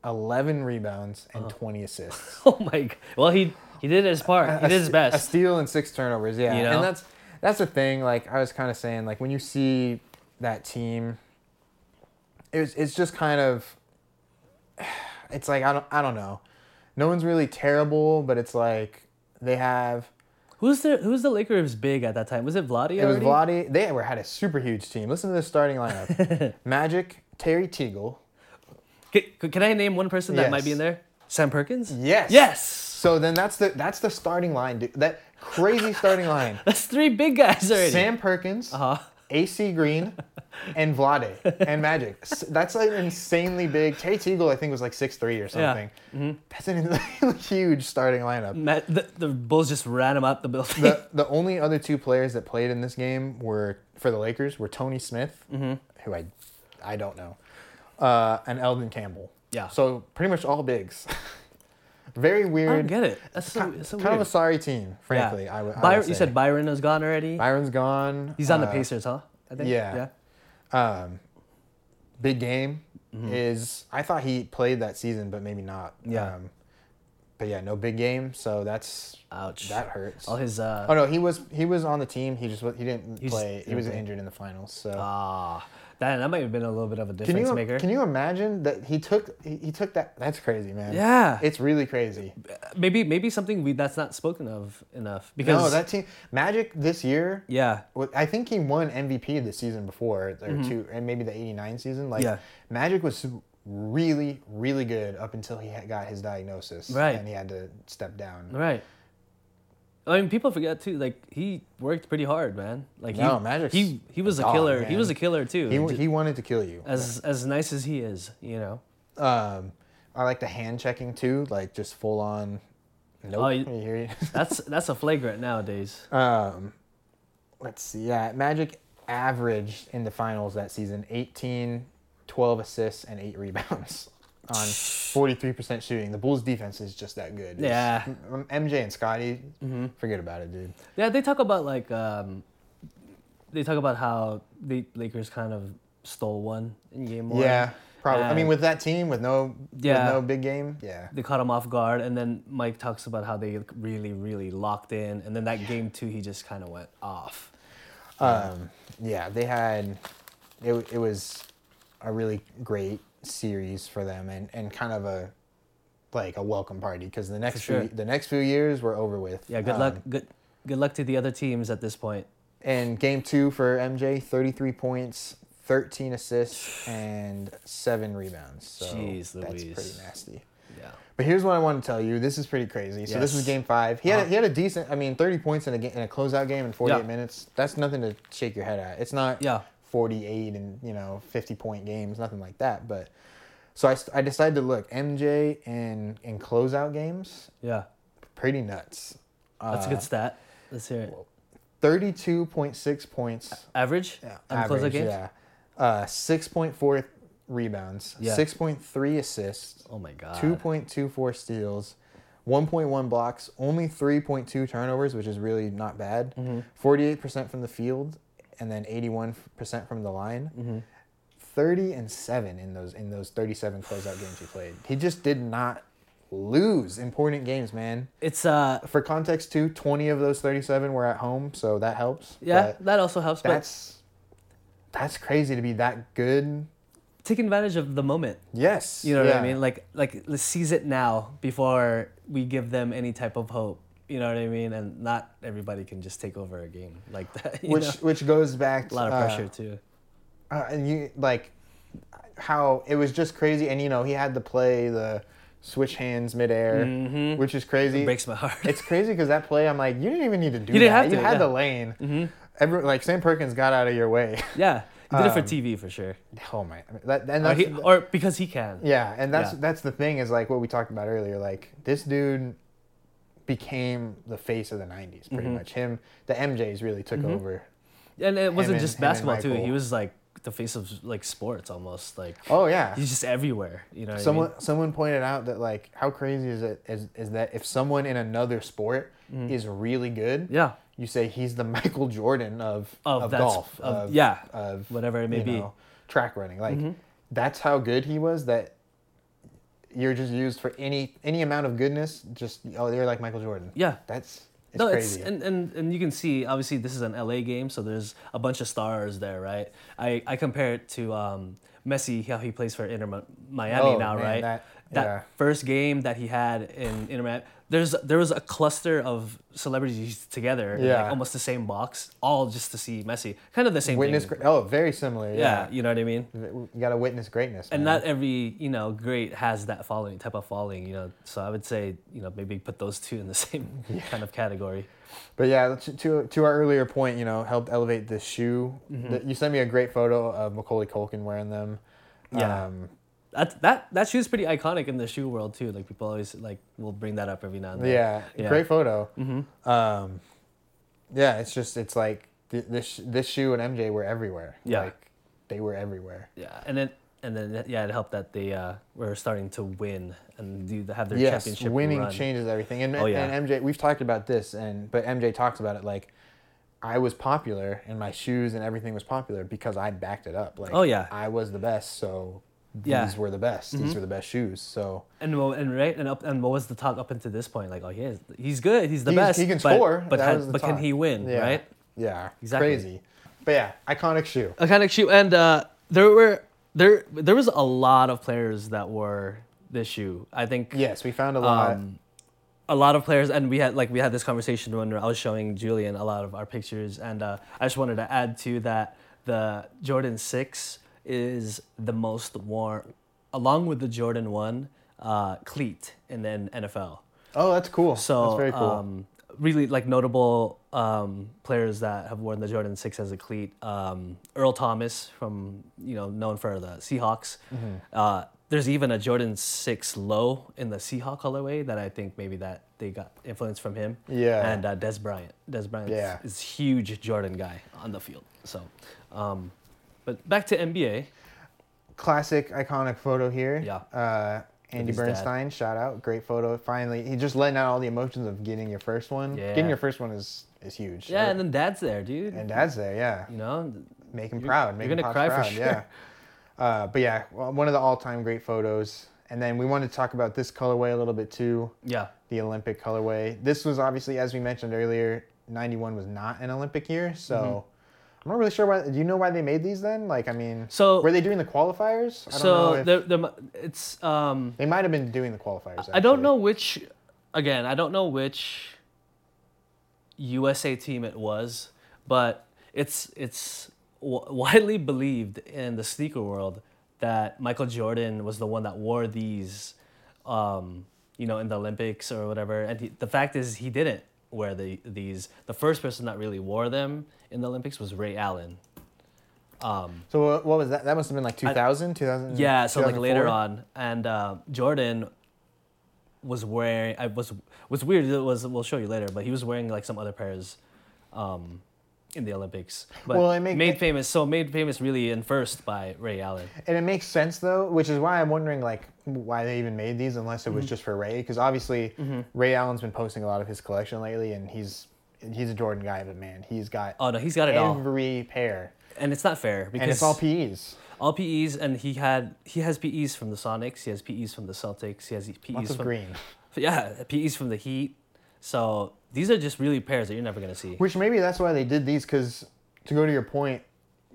11 rebounds, and 20 assists.
Oh my. g- Well, he he did his part. He
a
did his
st- A
best.
steal and six turnovers, yeah.
You know?
And that's that's the thing. Like I was kind of saying, like when you see that team, it's it's just kind of, (sighs) it's like I don't I don't know. No one's really terrible, but it's like they have.
Who's the Who's the Lakers big at that time? Was it Vladi?
It was
already?
Vladi. They were had a super huge team. Listen to this starting
(laughs)
lineup: Magic, Terry Teagle,
Ca- ca- Can, I name one person that might be
Yes.
in there? Sam Perkins?
Yes.
Yes.
So then that's the that's the starting line, dude. That crazy starting line.
(laughs) That's Uh-huh. three big guys already.
Sam Perkins, AC Green, and Vlade and Magic. S- That's like insanely big. Terry Teagle, I think, was like 6'3 or something.
Mm-hmm.
That's an (laughs) huge starting lineup.
Ma- the, the Bulls just ran him up the building. (laughs)
The, the only other two players that played in this game were for the Lakers were Tony Smith,
Mm-hmm.
who I I don't know, uh, and Eldon Campbell.
Yeah.
So pretty much all bigs. Very
I don't
weird.
get it. That's so,
Kind
it's so
kind of a
weird.
sorry team,
Yeah.
frankly. I would- I would
Byron, you
say.
said Byron is gone already.
Byron's gone.
He's on the
Uh,
Pacers, huh? I think.
yeah. um, big game
Mm-hmm.
is I thought he played that season, but maybe not.
Yeah.
Um, but yeah, no big game, so that's
Ouch.
that hurts.
All his uh,
oh no, he was he was on the team. He just wa- he didn't
He just
play. he
didn't
was
play.
injured in the finals. So
Ah, that that might have been a little bit of a
can
difference
you
maker.
can you imagine that he took he, he took that? That's crazy, man.
yeah,
It's really crazy.
maybe maybe something we that's not spoken of enough because
No, that team Magic this year.
yeah
wa- I think he won MVP the season before or two, and maybe the '89 season. Like
Mm-hmm. Yeah.
Magic was really, really good up until he had got his diagnosis,
Right.
And he had to step down.
right. I mean, people forget too. Like he worked pretty hard, man. Like
No,
he
Magic's
he he was a
dog,
killer. He
man.
was a killer too.
He,
Ju-
he wanted to kill you.
as as nice as he is, you know.
Um, I like the hand checking too, like just full on. Nope.
Oh,
you
you-
hear you?
That's (laughs) that's a flagrant nowadays.
Um, let's see. Yeah, Magic averaged in the finals that season 18, 12 assists, and 8 rebounds (laughs) on 43% shooting. The Bulls' defense is just that good. It's-
Yeah. Mm-hmm.
M- MJ and Scotty, forget about it, dude.
Yeah, they talk about like um, they talk about how the Lakers kind of stole one in game one.
Yeah. Probably. I mean,
And-
with that team, with no,
Uh, Yeah.
with no big game, yeah.
they caught him off guard and then mike talks about how they really really locked in and then that game two he just kind of went off
Um, yeah, they had it. w- It was a really great series for them, and, and kind of a like a welcome party because the next
sure.
few the next few years were over with.
yeah good
Um,
luck good good luck to the other teams at this point
And game two for MJ, thirty three points, thirteen assists, and seven rebounds. So
Jeez
that's
Louise.
pretty nasty.
yeah
But here's what I want to tell you. This is pretty crazy. So this is
Yes.
game five. He had,
Uh-huh.
he had a decent. I mean, 30 points in a game, in a closeout game in 48
Yeah.
minutes. That's nothing to shake your head at. It's not
Yeah.
48 and you know 50 point games, nothing like that. But so I, st- I decided to look MJ in in closeout games.
yeah
Pretty nuts.
that's a
Uh,
good stat let's hear it
32.6 points.
average on close
average,
Uh, games
Yeah. Uh, 6.4 rebounds.
Yeah.
6.3 assists.
oh my god
2.24 steals, 1.1 blocks, only 3.2 turnovers, which is really not bad.
Mm-hmm.
48% from the field, and then 81% from the line.
Mm-hmm.
30 and 7 in those in those 37 closeout games he played. He just did not lose important games, man.
it's uh
For context too, 20 of those 37 were at home, so that helps.
yeah
but
that also helps but
that's that's crazy to be that good.
take advantage of the moment
Yes.
you know what i
yeah.
mean like like let's seize it now before we give them any type of hope you know what i mean and not everybody can just take over a game like (laughs) that you
which
know?
which goes back
a lot of
uh,
pressure too
uh, and you like how it was just crazy and you know he had to play the switch hands midair
Mm-hmm.
which is crazy
(laughs) breaks my heart.
it's crazy because that play i'm like you didn't even need to do
You didn't
that
have
you
to,
had
yeah. Mm-hmm.
the lane Every, like sam perkins got out of your way (laughs)
yeah, he did it for TV for sure,
oh my I mean, that, and
or,
Um, that's,
he, or because he can.
yeah and that's
Yeah.
that's the thing is like what we talked about earlier like this dude became the face of the 90s pretty
Mm-hmm.
much him the mjs really took over
and it wasn't
and-
just
him and
basketball too.
Michael.
He was like the face of like sports almost. Like
oh yeah
he's just everywhere. You know, what I mean?
Someone someone pointed out that like how crazy is it is, is that if someone in another sport is really good,
Mm. Yeah.
you say he's the (laughs) Michael Jordan of
Of
of,
that's-
golf,
of- yeah,
of
whatever it may
you
be. Mm-hmm.
know, track running. Like that's how good he was that you're just used for any any amount of goodness. Just oh, you're like Michael Jordan.
Yeah.
that's it's
no,
crazy.
it's and, and and you can see obviously this is an LA game, so there's a bunch of stars there, right? I I compare it to um, Messi, how he plays for Inter Mi- Miami
Oh,
now,
man,
right?
that-
that
Yeah.
first game that he had in internet there's there was a cluster of celebrities together in
Yeah.
like almost the same box all just to see messi kind of the same
Witness.
thing
Gra- oh, very similar.
yeah.
Yeah.
you know what i mean
You gotta witness greatness.
and
man.
not every you know great has that following type of following you know so i would say you know maybe put those two in the (laughs) same kind of category
But yeah, to, to to our earlier point, you know, helped elevate the shoe.
Mm-hmm.
The- you sent me a great photo of Macaulay Culkin wearing them.
Yeah.
Um,
that that that shoe's pretty iconic in the shoe world too like people always like will bring that up every now and then
yeah,
Yeah. Mm-hmm.
Great photo. Um, yeah. It's just it's like th- this this shoe and MJ were everywhere.
Yeah.
Like they were everywhere.
Yeah, and then and then yeah, it helped that they uh, were starting to win and do the, have their
yes,
championship
winning
run.
changes everything. And,
Oh, yeah.
and MJ, we've talked about this, and but MJ talks about it like I was popular, and my shoes and everything was popular because I backed it up. Like,
Oh, yeah.
I was the best, so these
Yeah. Mm-hmm.
were the best. These were the best shoes. So
and well, and right and up and what was the talk up until this point? Like, oh, he is, he's good, he's the
He's-
best.
he can
but,
score.
but
That
can-
was the
but can
talk.
he win?
yeah,
Right?
yeah,
Exactly.
crazy. But yeah, iconic shoe.
Iconic shoe, and uh, there were there there was a lot of players that wore this shoe. I think
Yes, we found a lot.
um, a lot of players and we had like we had this conversation when I was showing Julian a lot of our pictures and uh, I just wanted to add to that the Jordan 6 is the most worn along with the Jordan 1 uh, cleat in the NFL.
oh, that's cool.
So
that's very cool.
um, really like notable um, players that have worn the Jordan Six as a cleat. Um, Earl Thomas from you know known for the Seahawks.
Mm-hmm.
Uh, there's even a Jordan Six low in the Seahawk colorway that I think maybe that they got influence from him.
Yeah.
And uh, Des Bryant. Des Bryant
Yeah.
is huge Jordan guy on the field. So, um, but back to NBA.
Classic, iconic photo here.
Yeah.
Uh, Andy
his dad.
Bernstein, shout out, great photo. Finally, he just letting out all the emotions of getting your first one.
Yeah.
Getting your first one is is huge.
Yeah, and then Dad's there, dude.
and dad's there. Yeah.
you know,
Make him
You're-
proud.
you're
Make
gonna
him Pops
cry for
proud.
sure.
Yeah. (laughs) Uh, but yeah, well, one of the all-time great photos. And then we wanted to talk about this colorway a little bit too,
yeah,
the Olympic colorway. This was obviously, as we mentioned earlier, '91 was not an Olympic year, so
Mm-hmm.
I'm not really sure why. Do you know why they made these then? Like, I mean,
So-
were they doing the qualifiers? I don't know
so
if-
there, there, mu- it's um,
they might have been doing the qualifiers.
I don't
actually.
know which. Again, I don't know which USA team it was, but it's it's w- widely believed in the sneaker world that Michael Jordan was the one that wore these, um, you know, in the Olympics or whatever. And he, the fact is, he didn't wear the these. The first person that really wore them in the Olympics was Ray Allen. Um,
So uh, what what was that? That must have been like 2000, 2000.
yeah, so like later
2004?
on, and uh, Jordan was wearing. I was was weird. It was we'll show you later, but he was wearing like some other pairs, um, in the Olympics. But
Well, it make-
made famous. So made famous really in first by Ray Allen.
And it makes sense though, which is why I'm wondering like why they even made these unless
Mm-hmm.
it was just for Ray, because obviously Ray Allen's been posting a lot of his collection lately, and he's he's a Jordan guy, but man, he's got
Oh no, he's got it all,
every pair,
and it's not fair because
and it's all PEs.
all PEs, and he had he has PEs from the Sonics, he has PEs from the Celtics, he has
Lots
PEs
of
from
green,
yeah PEs from the Heat. So these are just really pairs that you're never gonna see.
which maybe that's why they did these, because to go to your point,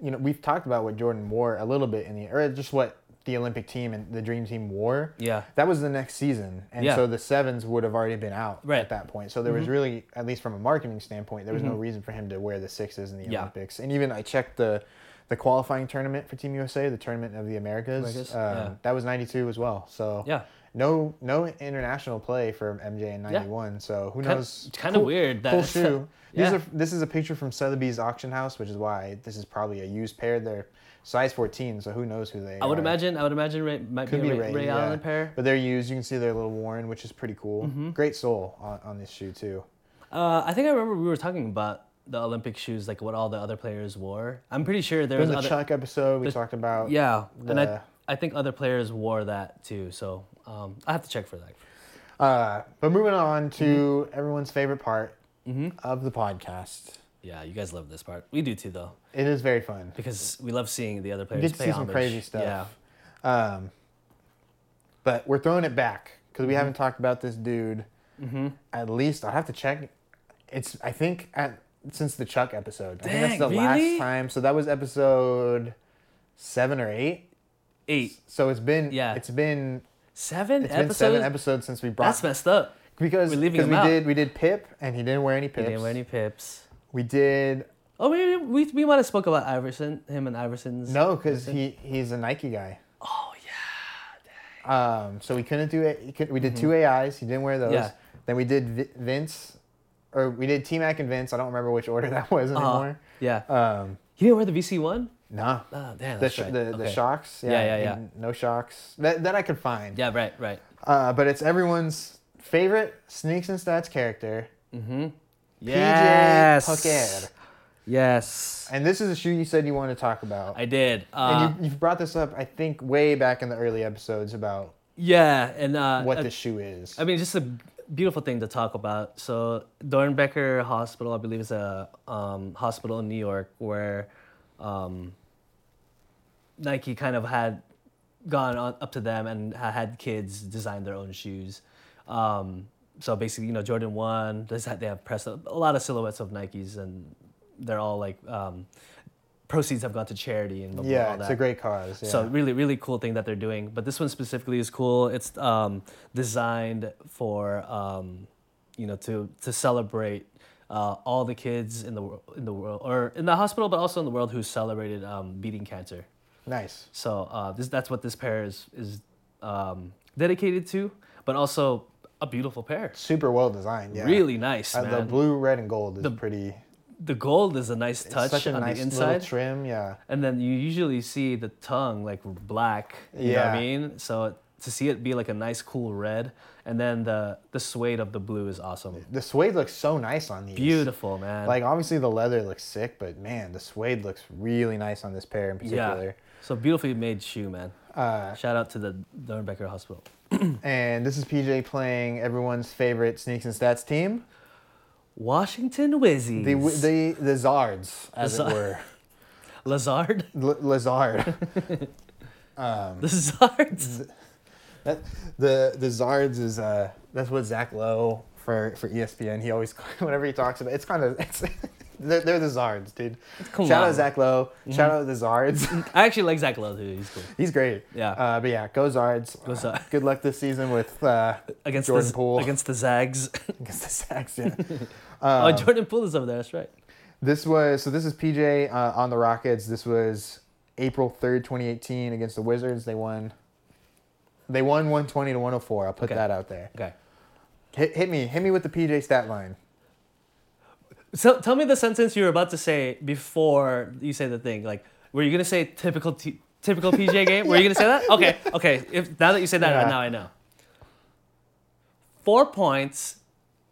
you know we've talked about what Jordan wore a little bit in the or just what the Olympic team and the Dream Team wore.
Yeah.
That was the next season, and
Yeah.
so the sevens would have already been out
Right. Mm-hmm.
at that point. So there was really, at least from a marketing standpoint, there was no reason for him to wear the sixes in the
Yeah.
Olympics. And even I checked the the qualifying tournament for Team USA, the tournament of the Americas.
Americas,
um,
yeah.
That was '92 as well. So
Yeah.
no no international play for MJ in '91. So who
Kind-
knows?
it's kinda weird that-
cool shoe. These
(laughs) Yeah.
are this is a picture from Sotheby's auction house, which is why this is probably a used pair. They're size 14, so who knows who they
I would
are.
imagine. I would imagine Ray might
Could
be,
be
a Ray,
Ray,
Ray
yeah.
Allen pair. Mm-hmm.
But they're used. You can see they're a little worn, which is pretty cool. Great sole on, on this shoe too.
Uh, I think I remember we were talking about the Olympic shoes, like what all the other players wore. I'm pretty sure there
In
was
the
other.
Chuck episode, we talked about.
yeah, and I,
the-
I think other players wore that too. So um, I have to check for that.
Uh, but moving on to
Mm-hmm.
everyone's favorite part of the podcast.
Yeah, you guys love this part. We do too, though,
It is very fun.
because we love seeing the other
We
players
get to
pay
see some
homage.
crazy stuff.
Yeah,
Um, but we're throwing it back because
Mm-hmm.
we haven't talked about this dude. At least I have to check. It's I think at since the Chuck episode. I think that's
Dang,
the
really?
last time. So that was episode seven or eight.
eight.
So it's been
Yeah.
it's been
Seven
It's been
episodes.
seven episodes since we brought
That's messed up.
because
we're leaving
'cause
him
we
out.
did we did Pip and he didn't wear any
We
pips.
didn't wear any pips.
We did
Oh, we we, we might have spoke about Iverson, him and Iverson's.
no because he he's a Nike guy.
Oh yeah. Mm-hmm.
Um, so we couldn't do it. he could- We did two AIs. He didn't wear those.
Yeah.
Then we did Vi- Vince, or we did T Mac and Vince. I don't remember which order (laughs) that was
Uh-huh.
anymore.
Yeah.
Um,
He didn't wear the VC one.
nah.
Oh damn.
The,
That's
sh-
right.
the, the
Okay.
shocks. Yeah,
Yeah, yeah, yeah.
and No shocks. That, that I could find.
Yeah. Right. Right.
Uh, but it's everyone's favorite sneaks and stats character, PJ
Yes.
Pucker.
Yes.
And this is a shoe you said you want to talk about.
I did. Uh,
and you, you've brought this up, I think, way back in the early episodes about
yeah, and uh,
what
uh,
this shoe is.
I mean, just a beautiful thing to talk about. So Dornbecker Hospital, I believe, is a um, hospital in New York where um, Nike kind of had gone on up to them and ha- had kids design their own shoes. Um, so basically, you know, Jordan One, they had- they have press a lot of silhouettes of Nikes, and they're all like um, proceeds have gone to charity and blah, blah,
yeah,
all that.
it's a great cause. Yeah.
So really, really cool thing that they're doing. But this one specifically is cool. It's um, designed for um, you know to to celebrate uh, all the kids in the wor- in the world or in the hospital, but also in the world who celebrated um, beating cancer.
nice.
So uh, this that's what this pair is is um, dedicated to, but also a beautiful pair.
Super well designed. Yeah.
Really nice,
Uh,
man.
the blue, red, and gold is
The
pretty.
the gold is a nice
it's
touch
such a
on
nice
the
little
inside.
trim. Yeah.
and then you usually see the tongue like black you know what i
Yeah.
mean so to see it be like a nice cool red and then the the suede of the blue is awesome
The suede looks so nice on these.
beautiful man
Like obviously the leather looks sick, but man, the suede looks really nice on this pair in
yeah
particular.
so beautifully made shoe man
Uh,
shout out to the dornbecker hospital
and this is PJ playing everyone's favorite sneaks and stats team,
washington wizzies
the the the Zards, as
Zard.
it were, (laughs)
lazard
L-
(laughs)
Lazard.
lazards
That, the the Zards is uh that's what Zach Lowe for for E ESPN. He always (laughs) whenever he talks about it's kind of it's (laughs) they're, they're the Zards, dude.
Come
shout
on.
out Zach Lowe.
Mm-hmm.
Shout out the Zards.
i actually like zach lowe too he's cool
(laughs) He's great.
Mm-hmm. Yeah.
Uh, but yeah, go Zards.
Go Zard.
Uh, (laughs) good luck this season with uh, (laughs)
against
Jordan
the,
Poole Um,
against the zags
against the Sacks.
(laughs)
Yeah.
oh jordan Poole is over there that's right
This was so. This is PJ uh, on the Rockets. This was April third, twenty eighteen, against the Wizards. They won. They won one twenty to one hundred four. I'll put
Okay.
that out there.
okay
Hit, hit me. Hit me with the PJ stat line.
So tell me the sentence you were about to say before you say the thing. Like, were you gonna say typical t- typical
(laughs)
PJ game? Were you gonna say that? Okay, okay. If now that you say that,
Yeah.
now I know. Four points,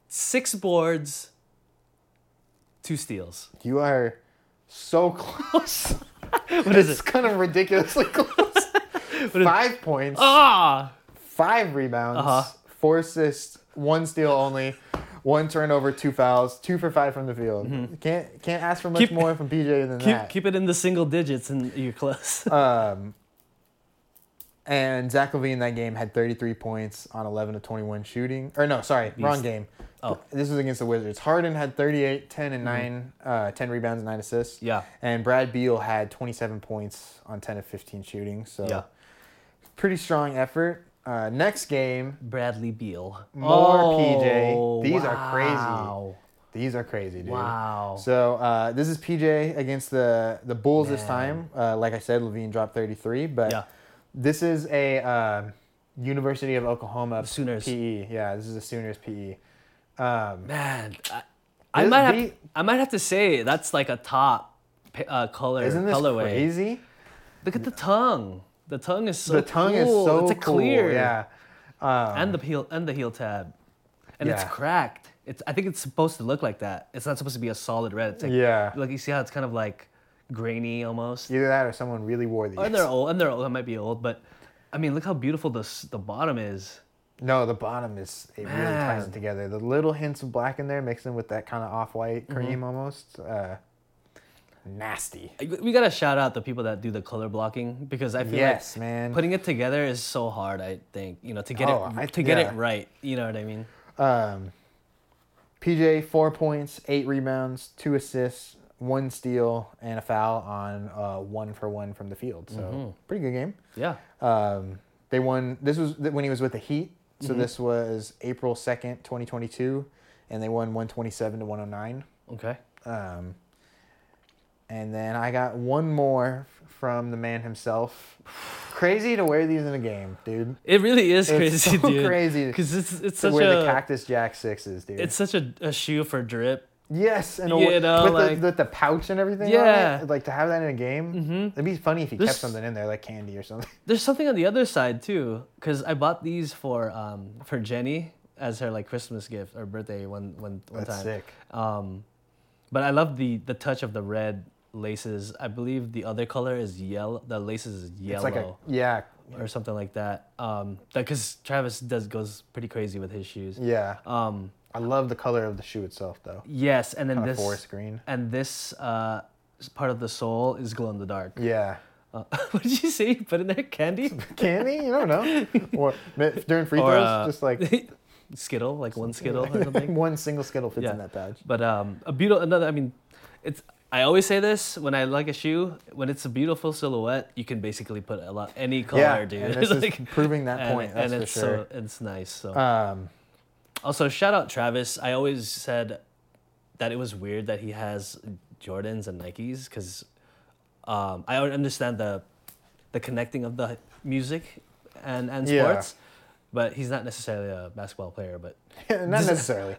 six boards, two
(laughs)
steals.
You are so (laughs) close.
What is
it's
it?
kind of
(laughs)
ridiculously close. Five points,
Ah,
five rebounds,
Uh-huh.
four assists, one steal only, one turnover, two fouls, two for five from the field. Can't can't ask for much
Mm-hmm. Keep-
more from PJ than
keep
that.
keep it in the single digits, and you're close.
Um, and Zach Levine that game had 33 points on 11 to 21 shooting. Or no, sorry, wrong game.
Oh. Mm-hmm.
This was against the Wizards. Harden had 38, 10 and 9, uh, 10 rebounds and 9 assists.
(laughs) Yeah.
And Brad Beal had 27 points on 10 of 15 shooting. So
Yeah.
pretty strong effort. Uh, next game,
Bradley Beal. Oh,
More PJ. These are
wow.
these are crazy, dude.
Wow.
So uh, this is PJ against the the Bulls this
Man.
time. Uh, like I said, Levine dropped 33, but
Yeah.
this is a um University of Oklahoma
Sooners.
PE. Yeah, this is a Sooners E. PE. Um,
Man, I, I
This
might have
beat-
I might have to say that's like a top pa- uh, color
isn't this
colorway.
crazy?
Look at the tongue. The tongue is so
the tongue is
cool.
so
it's a
cool.
clear
Yeah,
and the heel and the heel tab, and it's
Yeah.
cracked. It's I think it's supposed to look like that. It's not supposed to be a solid red. It's like,
Yeah.
like you see how it's kind of like grainy almost.
either that or someone really wore these.
Or they're old and they're old. That might be old, but I mean, look how beautiful the s- the bottom is.
No, the bottom is it really ties
Man.
it together. The little hints of black in there, mixing with that kind of off
Mm-hmm.
white cream almost. Uh, nasty.
We gotta shout out the people that do the color blocking because I feel
Yes,
like
man.
putting it together is so hard. I think you know to get
Oh,
it
I-
to get
yeah.
it right. You know what I mean?
Um, PJ four points, eight rebounds, two assists, one steal, and a
Mm-hmm.
foul on uh, one for one from the field. So pretty good game.
Yeah.
Um, They won. This was th- when he was with the Heat. So
Mm-hmm.
this was April second, twenty twenty two, and they won one twenty seven to one hundred nine.
Okay.
Um, and then I got one more f- from the man himself. Crazy to wear these in a game, dude.
It really is
It's
crazy,
so
dude.
crazy to
Because it's it's such
wear the
a
Cactus Jack sixes, dude.
it's such a, a shoe for drip.
yes, and a,
You
with,
know, like-
the, with the pouch and everything.
Yeah.
on it, like to have that in a game.
Mhm.
It'd be funny if he kept
This-
something in there, like candy or something.
There's something on the other side too, because I bought these for um for Jenny as her like Christmas gift or birthday one one one
That's
time.
sick.
Um, but I love the the touch of the red laces. I believe the other color is yellow. The laces is
It's
yellow
like a yeah,
or something like that. Um, because Travis does goes pretty crazy with his shoes.
yeah.
Um,
I love the color of the shoe itself, though.
yes, and then
Kind of
this
forest green.
and this uh s- part of the sole is glow in the dark.
Yeah.
Uh, (laughs) what did you say? You put in there candy
Candy? You don't
(laughs)
know. Or ma- during free throws,
uh,
just like
(laughs) skittle, like one skittle or something.
(laughs) one single skittle fits
Yeah.
in that pouch.
But um, a beautiful another. I mean, it's. I always say this when I like a shoe. When it's a beautiful silhouette, you can basically put a lot any color,
yeah,
dude. (laughs)
and this
Like,
is proving that
and-
point.
and
That's for
it's
sure.
so it's nice. So
um, (laughs)
also shout out Travis. I always said that it was weird that he has Jordans and Nikes because um, I don't understand the the connecting of the music and and
Yeah.
sports, but he's not necessarily a basketball player. But
not
(laughs)
necessarily.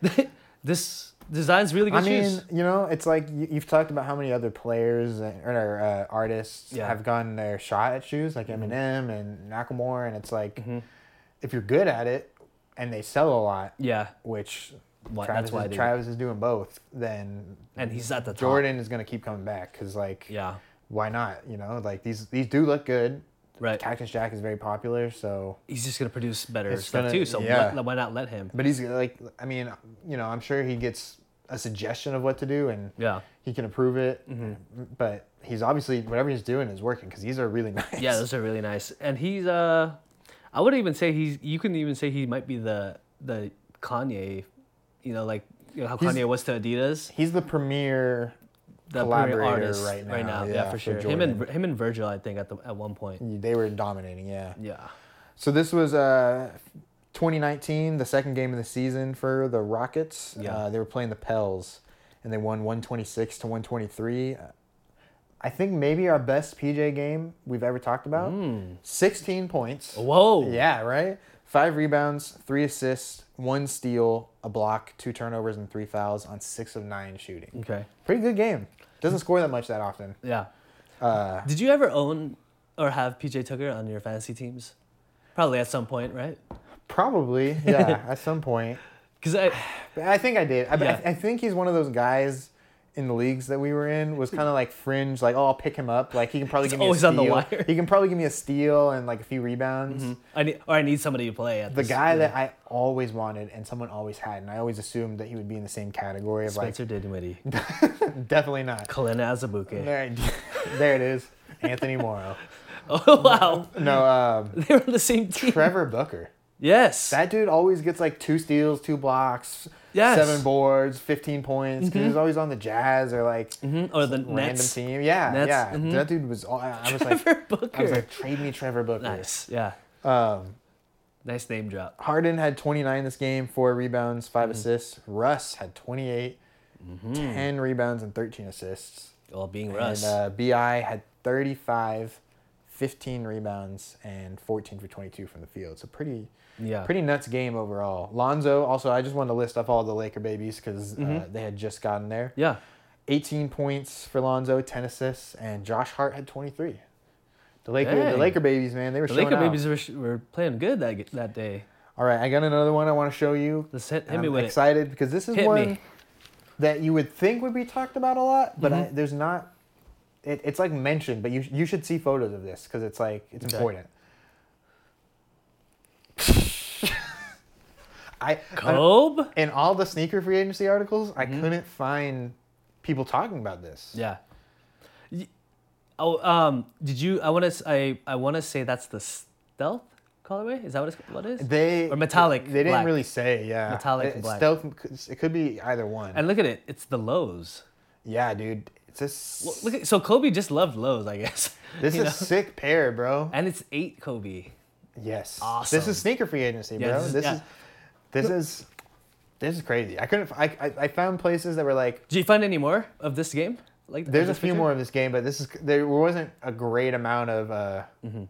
this designs really good
I mean,
shoes.
you know, it's like you, you've talked about how many other players and, or uh, artists
Yeah. Mm-hmm.
have gotten their shot at shoes, like Eminem and Macklemore, and it's like if you're good at it and they sell a lot,
Yeah.
which
Why-
Travis,
that's why
is,
they-
Travis is doing both, then
and he's at the top.
Jordan is going to keep coming back because like
Yeah,
why not? You know, like these these do look good.
right.
Cactus Jack is very popular, so
He's just gonna produce better
It's
stuff
gonna-
too. So
yeah.
let- why not let him?
but he's like I mean, you know, I'm sure he gets a suggestion of what to do and
Yeah, Mm-hmm.
he can approve it. But he's obviously whatever he's doing is working because these are really (laughs) nice.
yeah. Those are really nice. And he's uh, I would even say he's. You can even say he might be the the Kanye, you know, like you know how
He's-
Kanye was to Adidas.
he's the premier.
The
Collaborator
premier artist
right
right
now,
now. Yeah,
yeah,
for
for
sure. him and him and Virgil, I think, at the at one point.
They were dominating, yeah.
Yeah.
So this was uh, 2019, the second game of the season for the Rockets.
Yeah.
Uh, they were playing the Pels, and they won 126 to 123. Uh, I think maybe our best PJ game we've ever talked about.
Mm.
16 points.
Whoa.
Yeah, right? Five rebounds, three assists, one steal, a block, two turnovers, and three fouls on six of nine shooting.
Okay.
Pretty good game. Doesn't score that much that often.
Yeah.
Uh,
Did you ever own or have PJ Tucker on your fantasy teams? Probably at some point, right?
(laughs) probably, yeah, at some point.
Because I,
But I think I did. I,
Yeah.
I, I think he's one of those guys in the leagues that we were in was kind of like fringe. Like, oh, I'll pick him up. Like he can probably
He's
give me
always
a
on the
steal.
wire.
He can probably give me a steal and like a few rebounds.
I need or I need somebody to play at
The
this-
guy that I always wanted and someone always had, and I always assumed that he would be in the same category of
Spencer Dinwiddie,
like definitely not. (laughs)
Kalina Azabuke.
There, (laughs) there it is, Anthony Morrow.
Oh wow,
No, um,
they were on the same team.
Trevor Booker.
yes,
That dude always gets like two steals, two blocks,
Yes. Mm-hmm.
seven boards, fifteen points. Because he's always on the Jazz or like
Mhm, or the
random
Nets.
team. Yeah,
Nets,
yeah.
mhm.
That dude was. all- I, I
(laughs)
was like,
Trevor Booker.
I was like, trade me Trevor Booker.
nice, yeah,
Um,
nice name drop.
Harden had 29 this game, four rebounds, 5
Mm-hmm.
assists. Russ had 28, 10 rebounds and 13 assists.
Well, being Russ,
And uh, Bi had 35, 15 rebounds and 14 for 22 from the field. So pretty.
yeah,
Pretty nuts game overall. Lonzo, also, I just wanted to list off all the Laker babies because uh, they had just gotten there.
Mm-hmm. yeah.
18 points for Lonzo, 10 assists, and Josh Hart had 23. The Laker, the
Dang.
Laker babies, man, they were
The
showing
Laker
out.
babies were, sh- were playing good that g- that day.
All right, I got another one I want to show you.
Let's hit, hit
I'm
me with it.
excited because this is
Hit me.
one that you would think would be talked about a lot, but
Mm-hmm.
I, there's not. It, it's like mentioned, but you sh- you should see photos of this because it's like it's
Okay.
important. I, I
Kobe.
in all the sneaker free agency articles, I couldn't find people talking about this.
Mm-hmm. Yeah. Y- Oh, um, did you? I want to. I I want to say that's the stealth colorway. Is that what it's what it is?
They
Or metallic
They didn't
black.
really say. Yeah,
Metallic
It-
black.
Stealth. It could be either one.
and look at it. It's the lows.
yeah, dude. It's a s-
Well, look at, so Kobe just loved lows, I guess. (laughs)
this is
you
a
know?
sick pair, bro.
and it's eight Kobe.
Yes.
Awesome.
This is sneaker free agency,
Yeah,
bro.
this is-
This
yeah.
is this is this is crazy. I couldn't. f- I, I I found places that were like,
Did you find any more of this game? Like
there's a
this
few
picture?
more of this game, but this is there wasn't a great amount of uh,
Mm-hmm.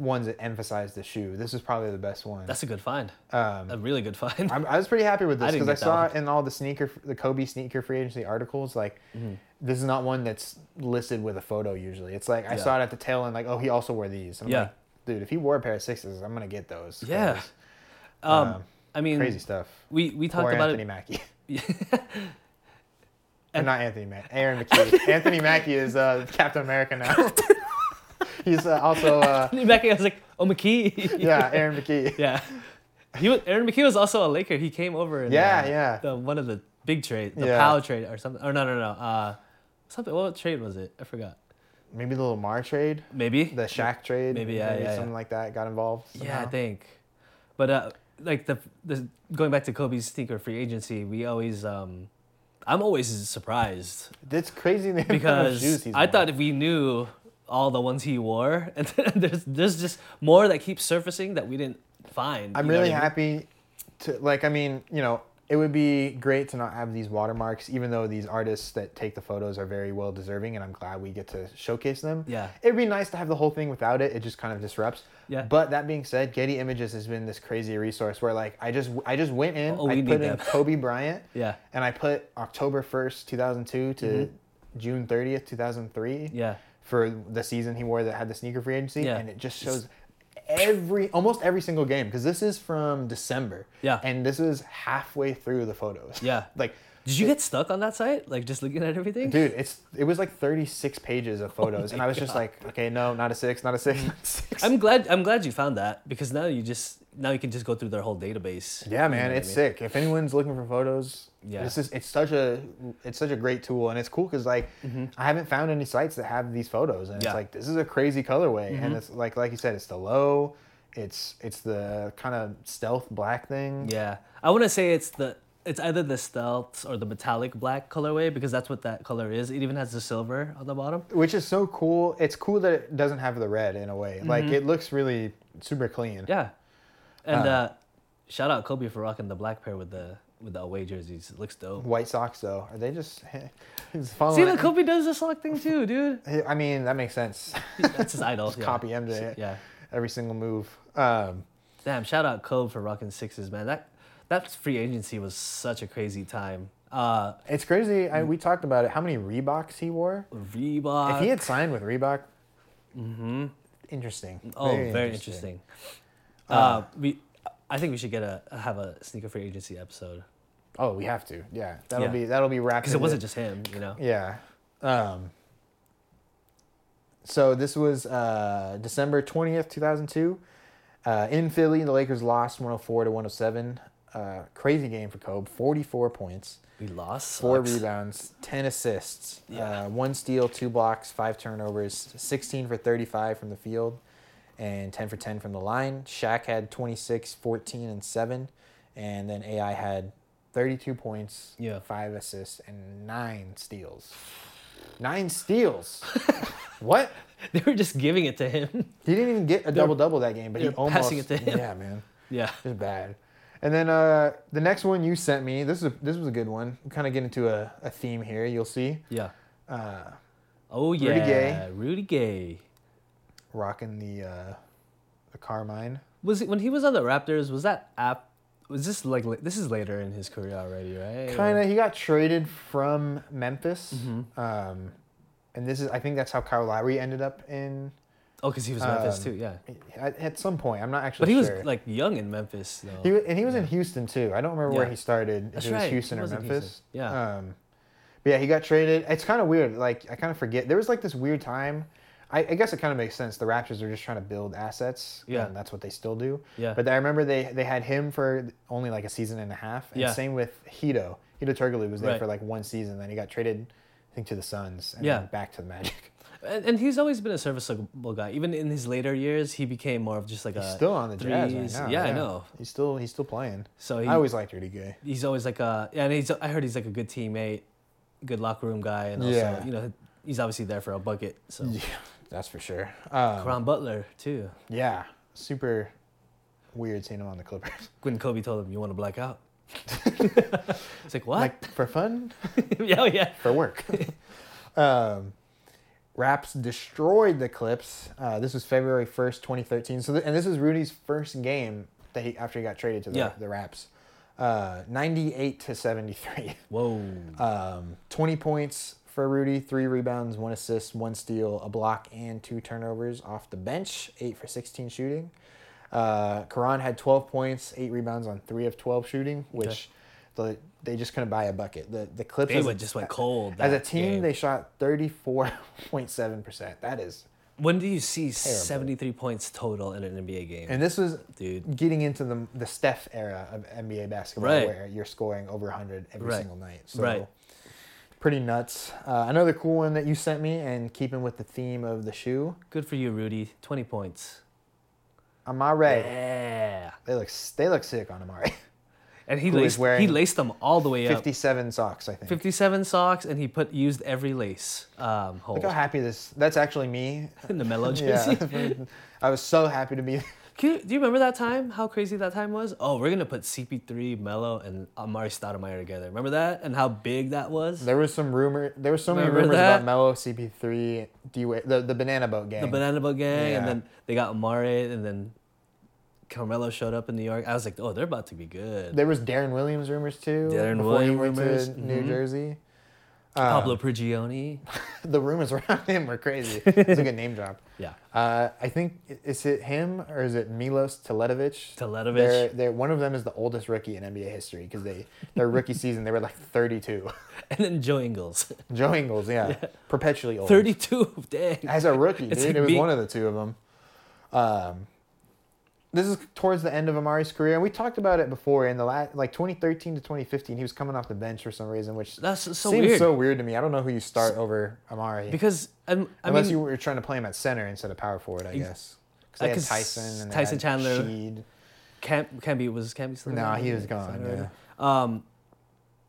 ones that emphasized the shoe. This is probably the best one.
That's a good find.
Um,
a really good find.
I'm, I was pretty happy with
I
this
didn't
because I,
get that
saw in all the sneaker, the Kobe sneaker free agency articles, like
Mm-hmm.
this is not one that's listed with a photo usually. It's like I
Yeah.
saw it at the tail end, like oh he also wore these. And I'm
Yeah.
like, dude, if he wore a pair of sixes, I'm gonna get those. 'cause
yeah. Um,
um,
I mean,
crazy stuff.
we we talked
or
about
Anthony
it. (laughs)
Mackie. Or not Anthony Mackie. Aaron
(laughs)
McKee. Anthony Mackie is uh, Captain America now. (laughs) He's uh, also
(laughs)
uh,
Back I was like, oh McKee.
yeah Aaron McKee.
(laughs) yeah. He was, Aaron McKee was also a Laker. He came over in
Yeah,
uh,
yeah.
The, one of the big trade, the
Yeah.
Powell trade or something. Or no, no, no. Uh, something. What trade was it? I forgot.
Maybe the Lamar trade,
Maybe.
the Shaq trade,
Maybe, yeah, yeah, yeah.
something like that got involved.
Yeah, I
somehow.
think. But uh, like the, the going back to Kobe's sneaker free agency, we always um, I'm always surprised
That's crazy the amount of shoes
because
he's
I
worn.
thought if we knew all the ones he wore, (laughs) and then there's there's just more that keeps surfacing that we didn't find.
I'm
you know
really
what I mean?
happy to like I mean, you know, it would be great to not have these watermarks, even though these artists that take the photos are very well deserving and I'm glad we get to showcase them.
Yeah.
It'd be nice to have the whole thing without it. It just kind of disrupts.
Yeah.
But that being said, Getty Images has been this crazy resource where like I just I just went in,
Oh, we
I
need
put in
them. (laughs)
Kobe Bryant
Yeah, Mm-hmm.
and I put October first, two thousand two to June thirtieth, two thousand three
yeah,
for the season he wore that had the sneaker free agency,
Yeah.
and it just shows every almost every single game because this is from December.
Yeah.
and this is halfway through the photos.
yeah.
(laughs) like
Did you get stuck on that site? Like just looking at everything?
dude, it's it was like thirty six pages
Oh
of photos, and I was just like, okay, no, not a six, not a six, not a
(laughs)
six.
I'm glad. I'm glad you found that because now you just now you can just go through their whole database.
yeah,
You know
man,
what I
it's
mean?
sick. If anyone's looking for photos,
Yeah.
yeah, this is it's such a it's such a great tool, and it's cool because like I haven't found any sites that have these photos, and
Mm-hmm. Yeah. Mm-hmm.
it's like this is a crazy colorway, and it's like like you said, it's the low, it's it's the kind of stealth black thing.
Yeah, I want to say it's the it's either the stealth or the metallic black colorway because that's what that color is. It even has the silver on the bottom.
Which is so cool. It's cool that it doesn't have the red in a way. Like it looks really super clean.
Mm-hmm. Yeah, and uh, shout out Kobe for rocking the black pair with the with the away jerseys. It looks dope.
White socks though, are they just (laughs) he's following?
See, look, Kobe does the sock thing too, (laughs) dude.
I mean, that makes sense.
That's his idol. yeah.
Copy MJ.
Yeah,
Every single move. Um,
damn. Shout out Kobe for rocking sixes, man. That that free agency was such a crazy time. Uh,
It's crazy. I, we talked about it. How many Reeboks he wore?
Reebok. mm-hmm.
if he had signed with Reebok, interesting.
Oh, very, interesting. Uh, we, I think we should get a have a sneaker free agency episode
Oh, we have to. Yeah, that'll
Yeah.
be that'll be wrapped.
because it
into-
wasn't just him, you know.
Yeah. Um, so this was uh, December twentieth, two thousand two, uh, in Philly. The Lakers lost one hundred four to one hundred seven. Uh, crazy game for Kobe. Forty four points,
We lost.
four
sucks.
rebounds, ten assists,
Yeah.
uh, one steal, two blocks, five turnovers, sixteen for thirty five from the field, and ten for ten from the line. Shaq had 26, 14, and seven, and then AI had thirty two points,
Yeah.
five assists, and nine steals. Nine steals. (laughs) what?
(laughs) They were just giving it to him. (laughs)
He didn't even get a double double that game, but he
they're
almost
passing it to
(laughs)
him.
Yeah, man.
yeah.
It's bad. And then uh, the next one you sent me, this is a, this was a good one. I'm kind of getting into a, a theme here. You'll see.
Yeah.
Uh,
Oh yeah.
Rudy Gay.
Rudy Gay.
rocking the uh, the Carmine.
Was it when he was on the Raptors? Was that app? Was this like la- this is later in his career already, right?
Kind of. He got traded from Memphis.
Mm-hmm.
Um, and this is I think that's how Kyle Lowry ended up in
Oh, because he was Memphis
Um,
too. Yeah.
at, at some point. I'm not actually.
But he was
sure.
like young in Memphis though.
He wa- and he was in Houston too. I don't remember where
Yeah.
he started. If
That's
it was
right.
Houston
He
or
was in
Memphis.
Houston. Yeah.
Um, but yeah, he got traded. It's kind of weird. Like I kind of forget. There was like this weird time. I, I guess it kind of makes sense. The Raptors are just trying to build assets.
Yeah.
And that's what they still do.
Yeah.
But I remember they they had him for only like a season and a half. And
Yeah.
Same with Hito. Hito Turkoglu was there
Right.
for like one season. Then he got traded, I think, to the Suns. And
Yeah.
Then back to the Magic. (laughs)
And, and he's always been a serviceable guy. Even in his later years, he became more of just like
He's
a
still on the Jazz right
threes.
now.
Yeah, I know.
He's still he's still playing.
So he,
I always liked Rudy Gay.
he's always like a yeah, and he's I heard he's like a good teammate, good locker room guy, and also
Yeah.
you know he's obviously there for a bucket. So
Yeah, that's for sure. Um,
Karan Butler too.
Yeah. super weird seeing him on the Clippers.
When Kobe told him, "You want to black
(laughs)
out?" (laughs) it's like what?
Like for fun,
(laughs) yeah, oh, yeah.
for
(laughs)
work. um, Raps destroyed the Clips. Uh, this was February first, twenty thirteen. So, th- and this was Rudy's first game that he after he got traded to the,
Yeah.
the Raps. Uh, ninety eight to seventy three.
Whoa.
Um, 20 points for Rudy, three rebounds, one assist, one steal, a block, and two turnovers off the bench, eight for 16 shooting. Uh, Karan had 12 points, eight rebounds on three of 12 shooting, which the, they just couldn't buy a bucket. The, the Clips
They
as a-
went, just went cold.
as a
that
team,
game.
they shot 34.7%. That is,
when do you see seventy-three points total in an NBA game,
and this was
dude?
getting into the, the Steph era of NBA basketball
Right.
where you're scoring over 100 every
Right.
single night. So
Right.
pretty nuts. Uh, another cool one that you sent me and keeping with the theme of the shoe,
Good for you, Rudy. Twenty points.
Amare.
Yeah.
They look s- they look sick on
(laughs)
Amare.
And he
Who is
laced, he
wearing
laced them all the way up.
57 socks, I think.
57 socks, and he put used every lace um, hole
Look how happy this that's actually me.
(laughs) in the mellow jersey.
(laughs) Yeah. I was so happy to be (laughs)
Can you, do you remember that time? How crazy that time was? Oh, we're gonna put CP3, Mello, and Amari Stoudemire together. Remember that? And how big that was?
There was some rumor there was so many
Remember
rumors
that?
about Melo, CP3, D Wade, the, the banana boat gang.
the Banana Boat Gang,
Yeah.
and then they got Amari, and then Carmelo showed up in New York. I was like, oh, they're about to be good.
There was Darren Williams rumors too.
Darren
before he went
Williams
to
rumors,
New
mhm.
Jersey. Uh. (laughs)
Pablo Prigioni.
The rumors around him were
(laughs)
crazy. It's a good name drop.
Yeah.
Uh, I think i- is it him or is it Milos Teletovic?
Teletovic.
They're, they're, one of them is the oldest rookie in NBA history because they their
(laughs)
rookie season they were like 32.
And then Joe Ingles.
(laughs) Joe Ingles, yeah, perpetually old.
32. Dang.
as a rookie, dude.
It's like
it was
being-
one of the two of them. Um, this is towards the end of Amari's career, and we talked about it before in the last like 2013 to 2015. He was coming off the bench for some reason, which
That's so
seems
weird.
so weird to me. I don't know who you start over Amari
Because, um, I
unless
mean,
you were trying to play him at center instead of power forward, I guess. Because
I
they had
could s-
Tyson and they
Tyson
had
Chandler.
Sheed.
Camp Campy was Campy still?
Nah,
there?
he was
Is
gone,
that right? Um,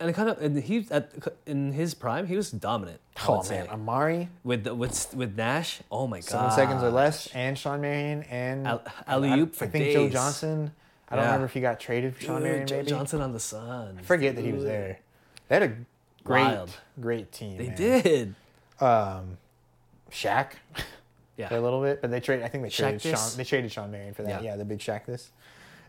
and it kind of and he at in his prime he was dominant. I
Oh
would say.
man, Amari,
with the, with with Nash, oh my god,
seven seconds or less, and Sean Marion and
Al-
I-
alley-oop for
I think Joe
days.
Johnson. I don't
Yeah.
remember if he got traded for
Dude,
Sean Marion.
Joe
Maybe
Johnson on the Sun.
forget that he was there. They had a great,
Wild.
great team.
They
man.
did.
Um, Shaq for a
(laughs) Yeah,
little bit, but they traded. I think they traded
this?
Sean. They traded Sean Marion for that.
Yeah.
Yeah, the big Shaq. This.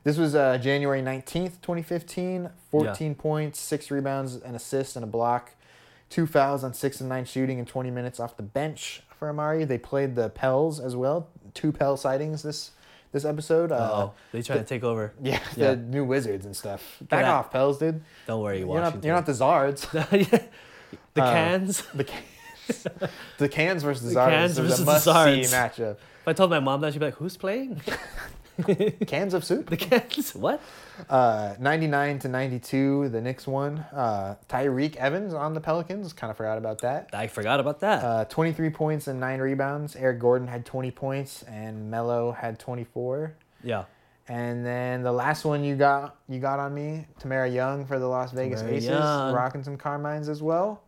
This was uh, January nineteenth, twenty fifteen. Fourteen points, six rebounds, an assist, and a block. Two fouls on six and nine shooting, and twenty minutes off the bench for Amari. They played the Pels as well. Two Pel sightings this this episode. Uh,
oh, they tried to take over.
(laughs) yeah,
Yeah.
the new Wizards and stuff. Back
out.
off, Pels, dude.
Don't worry,
You're
Washington.
not, you're not the Zards. (laughs)
(laughs) the
Uh,
cans.
The cans,
(laughs)
the cans versus the
The
Zards.
Cans
This is
versus
a
the
must-see
Zards.
matchup.
If I told my mom that, she'd be like, "Who's playing (laughs)
Cans of soup. (laughs)
the cans? What?
Uh, 99 to 92, the Knicks won. Uh, Tyreek Evans on the Pelicans. Kind of forgot about that.
I forgot about that.
Uh, 23 points and 9 rebounds. Eric Gordon had 20 points and Melo had 24.
yeah,
And then the last one you got you got on me, Tamara Young for the Las Vegas
Tamara
Aces,
Young.
rocking some Carmines as well.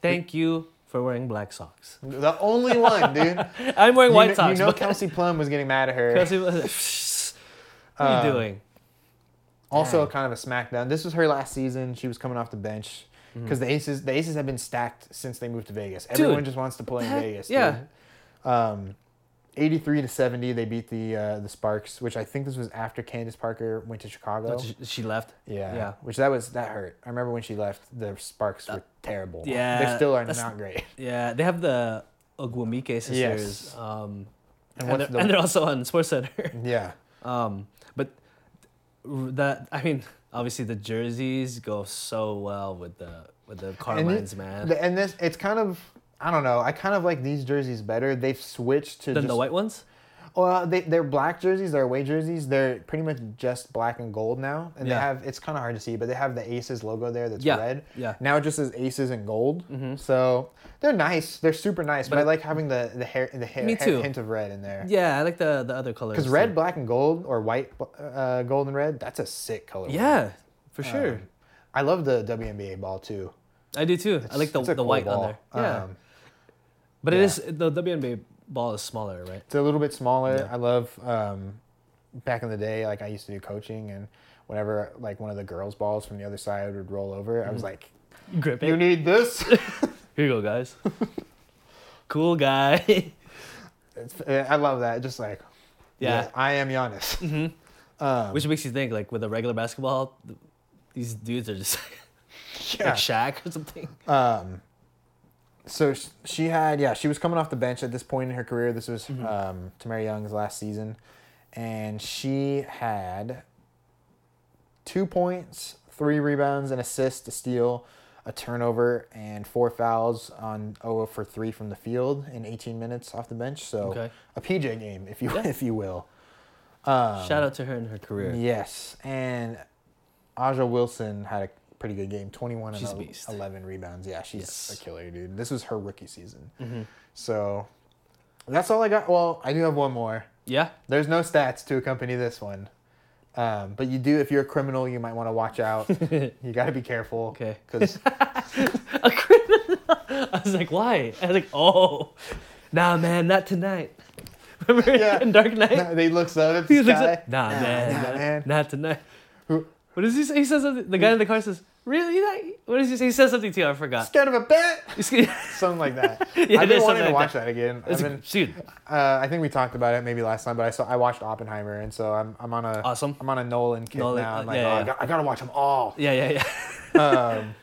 thank you for wearing black socks. (laughs)
The only one, dude.
I'm wearing
you,
(laughs) white
kn-
socks.
you know
but- (laughs)
Kelsey Plum was getting mad at her.
Kelsey was (laughs) like, what are
Uh,
you doing?
Also,
Dang.
kind of a smackdown. This was her last season. She was coming off the bench
Mm-hmm.
because the Aces, the Aces have been stacked since they moved to Vegas. Everyone just wants to play in
Heck,
Vegas.
yeah.
dude. Um, eighty-three to seventy, they beat the uh, the Sparks, which I think this was after Candace Parker went to Chicago.
She, she left.
yeah,
yeah.
Which that was that hurt. I remember when she left, the Sparks were terrible.
yeah,
they still are
that's-
not great. (laughs)
Yeah, they have the Ogwumike sisters.
Yes.
Um,
And
and,
what's
they're,
the-
and they're also on Sports Center. (laughs)
Yeah,
um, but r- that I mean, obviously the jerseys go so well with the with the
and,
Carmines,
it-
man.
the- and this it's kind of I don't know. I kind of like these jerseys better. They've switched to
Than
just
the white ones.
Well, they they're black jerseys. They're away jerseys. They're pretty much just black and gold now, and
Yeah.
they have it's kind of hard to see, but they have the Aces logo there that's
Yeah,
red.
yeah. Mm-hmm.
Now it just says Aces and gold. So they're nice. They're super nice, but, I like having the the hair the hair,
Me
hair-
too.
hint of red in there.
Yeah, I like the the other colors.
Because
too.
red, black, and gold, or white, bl- uh, gold, and red, that's a sick color.
Yeah, for
Um,
sure.
I love the WNBA ball too.
I do too. I like the
It's a
the
cool
white
ball.
on there. Yeah,
Um,
but it
yeah.
is the WNBA ball is smaller, right?
It's a little bit smaller. I love um, back in the day, like I used to do coaching and whenever like one of the girls' balls from the other side would roll over, I was like,
Grip it.
"You need this." (laughs)
Here you go, guys. (laughs) cool guy. (laughs)
It's- eh, I love that. Just like,
Yeah.
yes, I am Giannis. (laughs) Um,
Which makes you think, like, with a regular basketball, th- these dudes are just (laughs)
yeah.
like Shaq or something.
Um, so sh- she had, yeah, she was coming off the bench at this point in her career. This was
Mm-hmm.
um, Tamara Young's last season. And she had two points, three rebounds, an assist, a steal, a turnover, and four fouls on 0 for 3 from the field in 18 minutes off the bench. So
Okay.
a PJ game, if you, (laughs)
Yeah.
if you will. Um,
Shout out to her and her career.
Yes, and Aja Wilson had a pretty good game. Twenty-one
She's a
and el-
beast.
eleven rebounds. Yeah, she's
Yes. Mm-hmm.
a killer, dude. This was her rookie season. So that's all I got. Well, I do have one more.
Yeah.
There's no stats to accompany this one, um, but you do. If you're a criminal, you might want to watch
(laughs)
out. you got to be careful.
Okay. (laughs)
Because
A criminal. I was like, why? I was like, oh, nah, man, not tonight. (laughs) Remember
Yeah.
in Dark
(laughs)
Knight?
they looks up at
(laughs) He
the
looks
sky.
like, nah, man,
nah,
not,
man.
not tonight.
Who-
What does he say? He says something. The guy in the car says, really? Like, What does he say? He says something to you. I
(laughs)
forgot.
Scared of a bat?
It's,
Something like that.
(laughs) Yeah,
I've been wanting
there's something
to
like
watch that, again. I've
it's,
been,
dude,
Uh, I think we talked about it maybe last time, but I saw I watched Oppenheimer, and so I'm I'm on a
Awesome.
I'm on a Nolan kick
Oh. Nolan,
now. I'm
uh,
like,
yeah,
oh, I,
yeah.
got, I gotta watch them all. (laughs)
yeah, yeah, yeah.
um,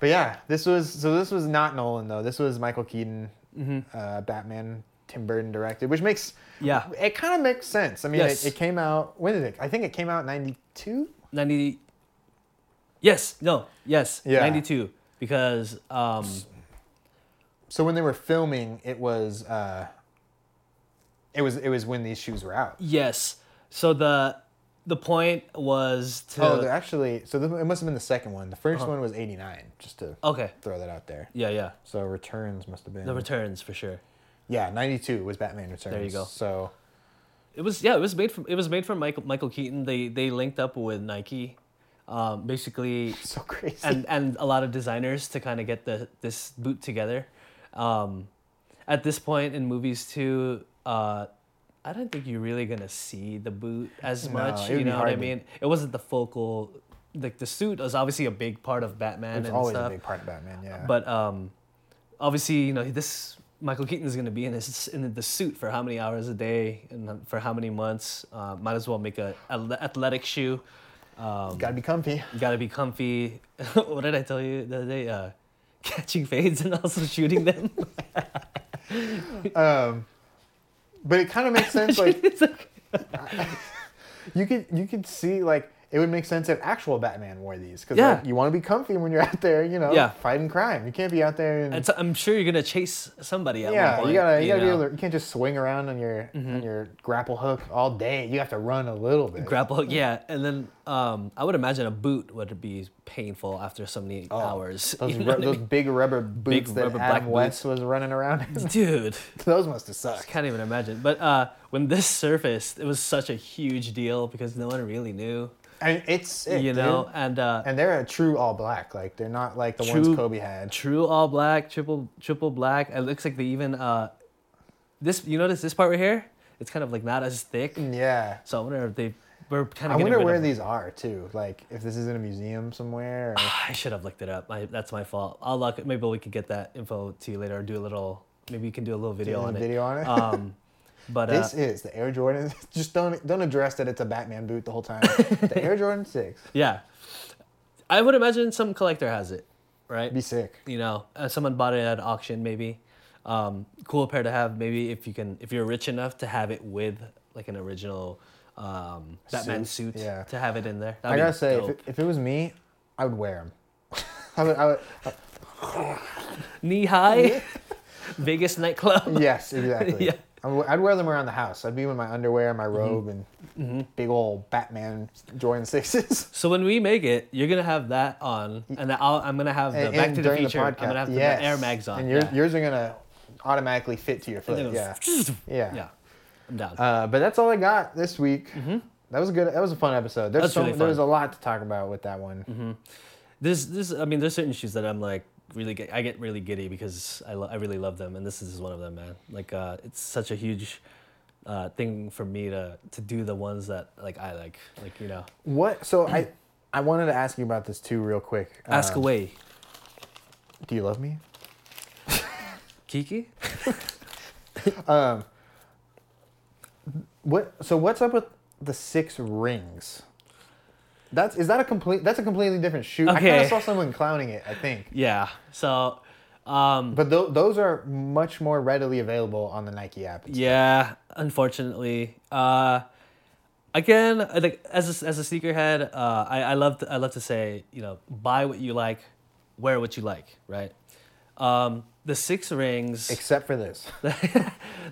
but yeah, this was so this was not Nolan though. This was Michael Keaton,
Mm-hmm.
uh, Batman, Tim Burton directed, which makes
Yeah.
it kind of makes sense. I mean,
Yes.
it, it came out when did it? I think it came out '92.
90 yes no yes
Yeah.
92 because um
So when they were filming, it was uh, it was it was when these shoes were out.
yes so the the point was to
Oh, they're actually so th- it must have been the second one. The 1st
Uh-huh.
one was '89. Just to
okay
throw that out there.
yeah yeah
So returns must have been
the returns for sure
yeah, ninety two was Batman Returns.
There you go.
So
it was yeah it was made from it was made from michael michael keaton they they linked up with nike um basically
so crazy.
and and a lot of designers to kind of get the this boot together. Um, at this point in movies too, uh, I don't think you're really gonna see the boot as
it would
much. You
be
know what
hard
I
to-
mean? It wasn't the focal. Like the suit was obviously a big part of Batman
it's
and
always
stuff,
a big part of Batman. Yeah.
but um, obviously you know this Michael Keaton is gonna be in his in the suit for how many hours a day and for how many months. Uh, might as well make a, a athletic shoe. Um,
gotta be comfy.
you gotta be comfy. (laughs) what did I tell you the other day? Uh, (laughs) catching fades and also shooting
(laughs)
them.
Um, but it kind of makes sense. Like
(laughs) It's like-
(laughs) you could you could see like it would make sense if actual Batman wore these because
Yeah.
like, you want to be comfy when you're (laughs) out there. You know,
Yeah.
fighting crime. You can't be out there and.
and so I'm sure you're gonna chase somebody at
yeah,
one point.
you gotta you, gotta be
know? Mm-hmm.
able to. You can't just swing around on your on your grapple hook all day. You have to (laughs) run a little bit.
grapple hook. Yeah, and then um, I would imagine a boot would be painful after so many
Oh. (laughs)
hours. (laughs)
those
you know
ru-
what I
those big rubber boots that
rubber black
Adam
boots.
West was running around. in.
mean? Dude,
(laughs) those must have
I
sucked.
can't even imagine. But uh, when this surfaced, it was such a huge deal because no one really knew,
I mean, it's sick,
you know. And uh,
and they're a true all black. Like they're not like the
True-
ones Kobe had.
True all black, triple triple black. It looks like they even uh this you notice this part right here? It's kind of like not as thick.
Yeah,
So I wonder if they were kind
I
of
wonder where
of,
these are too. Like if this is in a museum somewhere. Or...
(sighs) I should have looked it up. I, that's my fault. I'll look maybe we could get that info to you later or do a little maybe you can do a little video
a
on
video on
it.
it?
(laughs) Um but uh,
(laughs) This is the Air Jordan. (laughs) Just don't don't address that it's a Batman boot the whole
(laughs)
time. the Air Jordan Six.
yeah. I would imagine some collector has it, right?
Be sick.
you know, uh, someone bought it at auction maybe. Um, cool pair to have maybe if you can if you're rich enough to have it with like an original um, Batman suit,
Suit, yeah.
to have it in there.
I
That'd be
gotta say, if
dope.
it, if it was me, I would wear them. (laughs) I would, I would,
knee high, (laughs) Vegas nightclub. (laughs)
yes, exactly.
Yeah. Mm-hmm.
I would- I'd wear them around the house. I'd be with my underwear, my robe, and big old Batman Jordan sixes. (laughs)
So when we make it, you're gonna have that on, and I'll, I'm gonna have the Back to the
during
Future. I'm gonna have the
yes.
Air Mags on.
And yours,
yeah.
yours are gonna automatically fit to your
And
foot.
it
Yeah.
goes- (laughs)
Yeah.
yeah, I'm down.
Uh, but that's all I got this week. That was a good. That was a fun episode. There's
That's
so,
really
there
fun. Mm-hmm.
was a lot to talk about with that one.
There's this. I mean, there's certain shoes that I'm like really. Get, I get really giddy because I lo- I really love them, and this is one of them, man. Like uh, it's such a huge uh, thing for me to to do the ones that like I like. Like you know,
What? So I, I wanted to ask you about this too, real quick.
ask
Uh,
away,
Do you love me?
Kiki.
What? So what's up with the six rings? That's is that a complete? That's a completely different shoe. I kind
Okay.
of saw someone clowning it. I think,
Yeah. So, um,
but th- those are much more readily available on the Nike app.
yeah. Unfortunately, uh, again, I like as a, as a sneakerhead, uh, I I love to, I love to say you know buy what you like, wear what you like, right? Um, the six rings.
Except for this.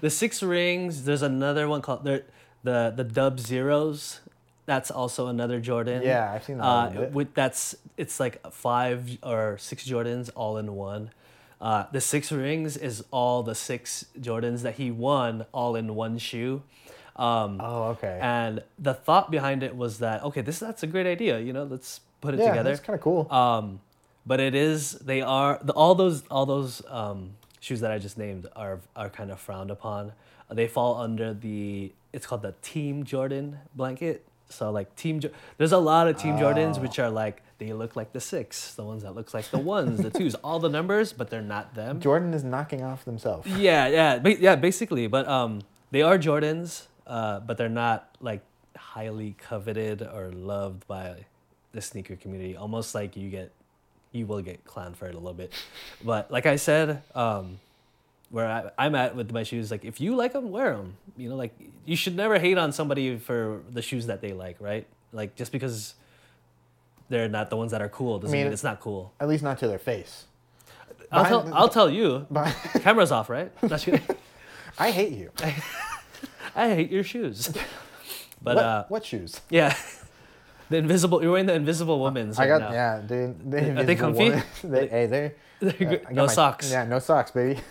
the six rings there's another one called there, the the dub zeros that's also another jordan
Yeah, I've seen that a little
uh,
bit.
with that's it's like five or six jordans all in one uh, the six rings is all the six jordans that he won all in one shoe um,
Oh, okay.
and the thought behind it was that okay this that's a great idea you know let's put it
yeah,
together
that's kind of cool.
um, but it is they are the, all those all those um, shoes that I just named are are kind of frowned upon. They fall under the it's called the Team Jordan blanket. So like Team, Jo- there's a lot of Team Jordans which are like they look like the six, the ones that looks like the ones, the twos, all the numbers, but they're not them.
Jordan is knocking off themselves.
Yeah, yeah, ba- yeah. Basically, but um, they are Jordans, uh, but they're not like highly coveted or loved by the sneaker community. Almost like you get, you will get clowned for it a little bit. But like I said, um, where I, I'm at with my shoes, like if you like them, wear them. You know, like you should never hate on somebody for the shoes that they like, right? Like just because they're not the ones that are cool doesn't
mean,
mean it's not cool.
At least not to their face.
I'll
behind
tell,
the-
I'll tell you.
But
Camera's off,
(laughs)
right? Not you.
I hate you.
I hate
(laughs)
your shoes. But
what,
uh,
what shoes?
yeah, (laughs) the invisible. You're wearing the invisible woman's.
I
right
got
now.
yeah. Dude, the
Are they
Invisible
comfy?
Woman- (laughs) they, hey, they're
(laughs) They're
uh,
good.
I got
no
my-
socks.
Yeah, no socks, baby.
(laughs)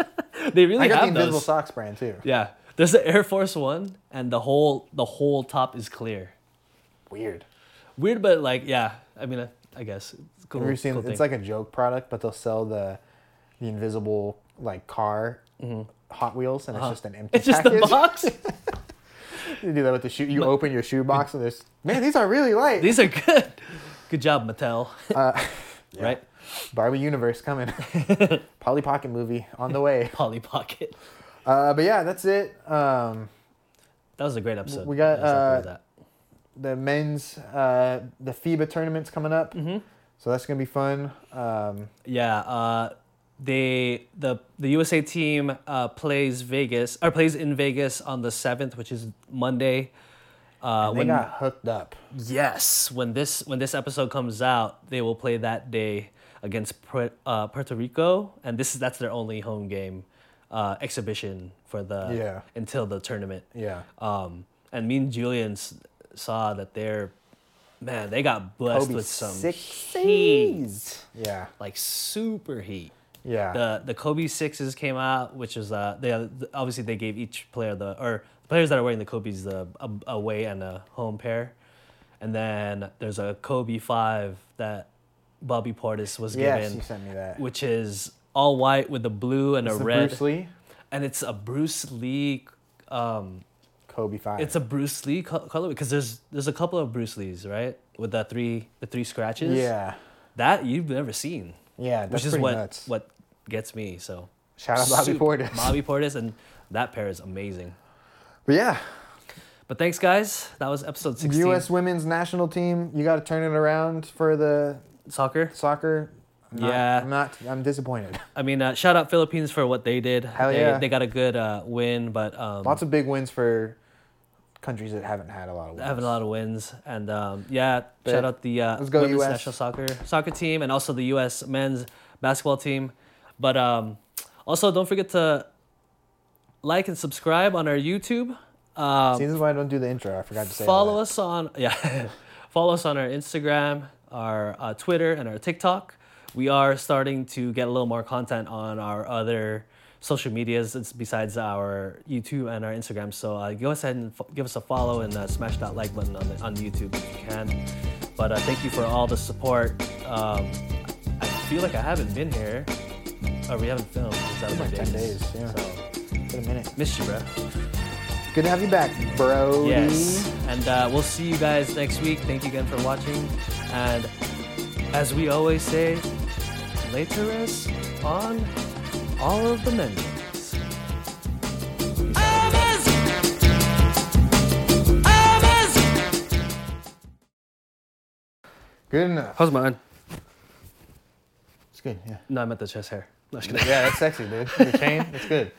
They really
I got the
have
Invisible
those.
Socks brand too.
Yeah, there's the Air Force One, and the whole the whole top is clear.
Weird.
Weird, but like yeah. I mean, I, I guess it's cool.
Have you ever seen?
cool
it's
thing.
like a joke product, but they'll sell the the invisible like car. Hot Wheels, and it's just an empty
(laughs) Mm-hmm. Uh-huh. (laughs) it's just
package.
the
(laughs)
box.
you do that with the shoe. You open your shoe box, and there's man. These are really light.
These are good. Good job, Mattel.
Uh,
(laughs)
(laughs)
Right,
Barbie universe
(laughs)
coming. (laughs) Polly Pocket movie on the way.
Polly Pocket.
Uh, but yeah, that's it. Um,
That was a great episode.
We got,
I was happy with
uh,
that.
the men's uh, the FIBA tournament's coming up,
Mm-hmm.
so that's gonna be fun. Um,
Yeah, uh, they the the USA team uh, plays Vegas or plays in Vegas on the seventh, which is Monday. Uh,
they
when
got hooked up.
yes, when this when this episode comes out, they will play that day against Pu- uh, Puerto Rico, and this is that's their only home game uh, exhibition for the
Yeah.
until the tournament.
Yeah,
Um, and me and Julian s- saw that they're man, they got blessed
Kobe
with some heat,
sixies. Yeah,
like super heat
yeah.
the the Kobe sixes came out, which is uh they obviously they gave each player the or the players that are wearing the Kobe's the a, away and a home pair, and then there's a Kobe five that Bobby Portis was
yes, you
given,
sent me that.
which is all white with a blue and
It's
a
the
red,
Bruce Lee,
and it's a Bruce Lee. Um,
Kobe five.
it's a Bruce Lee co- color because there's there's a couple of Bruce Lees right with the three the three scratches.
yeah,
that you've never seen,
yeah. That's
which is
pretty
what
nuts.
what gets me so.
Shout out Bobby
Soup.
Portis.
Bobby Portis, and that pair is amazing.
But yeah,
But thanks, guys. That was episode 16.
U.S. women's national team. You got to turn it around for the
soccer.
soccer. I'm not-
Yeah.
I'm not. I'm disappointed.
I mean, uh, shout out Philippines for what they did.
Hell
they,
yeah.
they got a good uh, win, but um,
Lots of big wins for countries that haven't had a lot of wins.
having a lot of wins. And um, yeah,
But
shout out the uh,
let's go
women's
US.
national soccer soccer team and also the U.S. men's basketball team. But um, also, don't forget to like and subscribe on our YouTube. Um,
See, this is why I don't do the intro. I forgot to say.
follow
that.
us on (laughs) yeah follow us on our instagram our uh, twitter and our tiktok we are starting to get a little more content on our other social medias it's besides our youtube and our instagram so uh, go ahead and f- give us a follow and uh, smash that like button on, the, on youtube if you can but uh, thank you for all the support um, i feel like i haven't been here or we haven't filmed since that was
Like
my
10 days, yeah.
so
Wait a minute.
missed you bro
Good to have you back, Brody.
Yes. And uh, we'll see you guys next week. Thank you again for watching. And as we always say, later is on all of the menus.
Good enough.
How's mine?
It's good. Yeah.
(laughs) No, I meant the chest hair. No, just kidding.
Yeah, that's sexy, dude. The chain, it's good.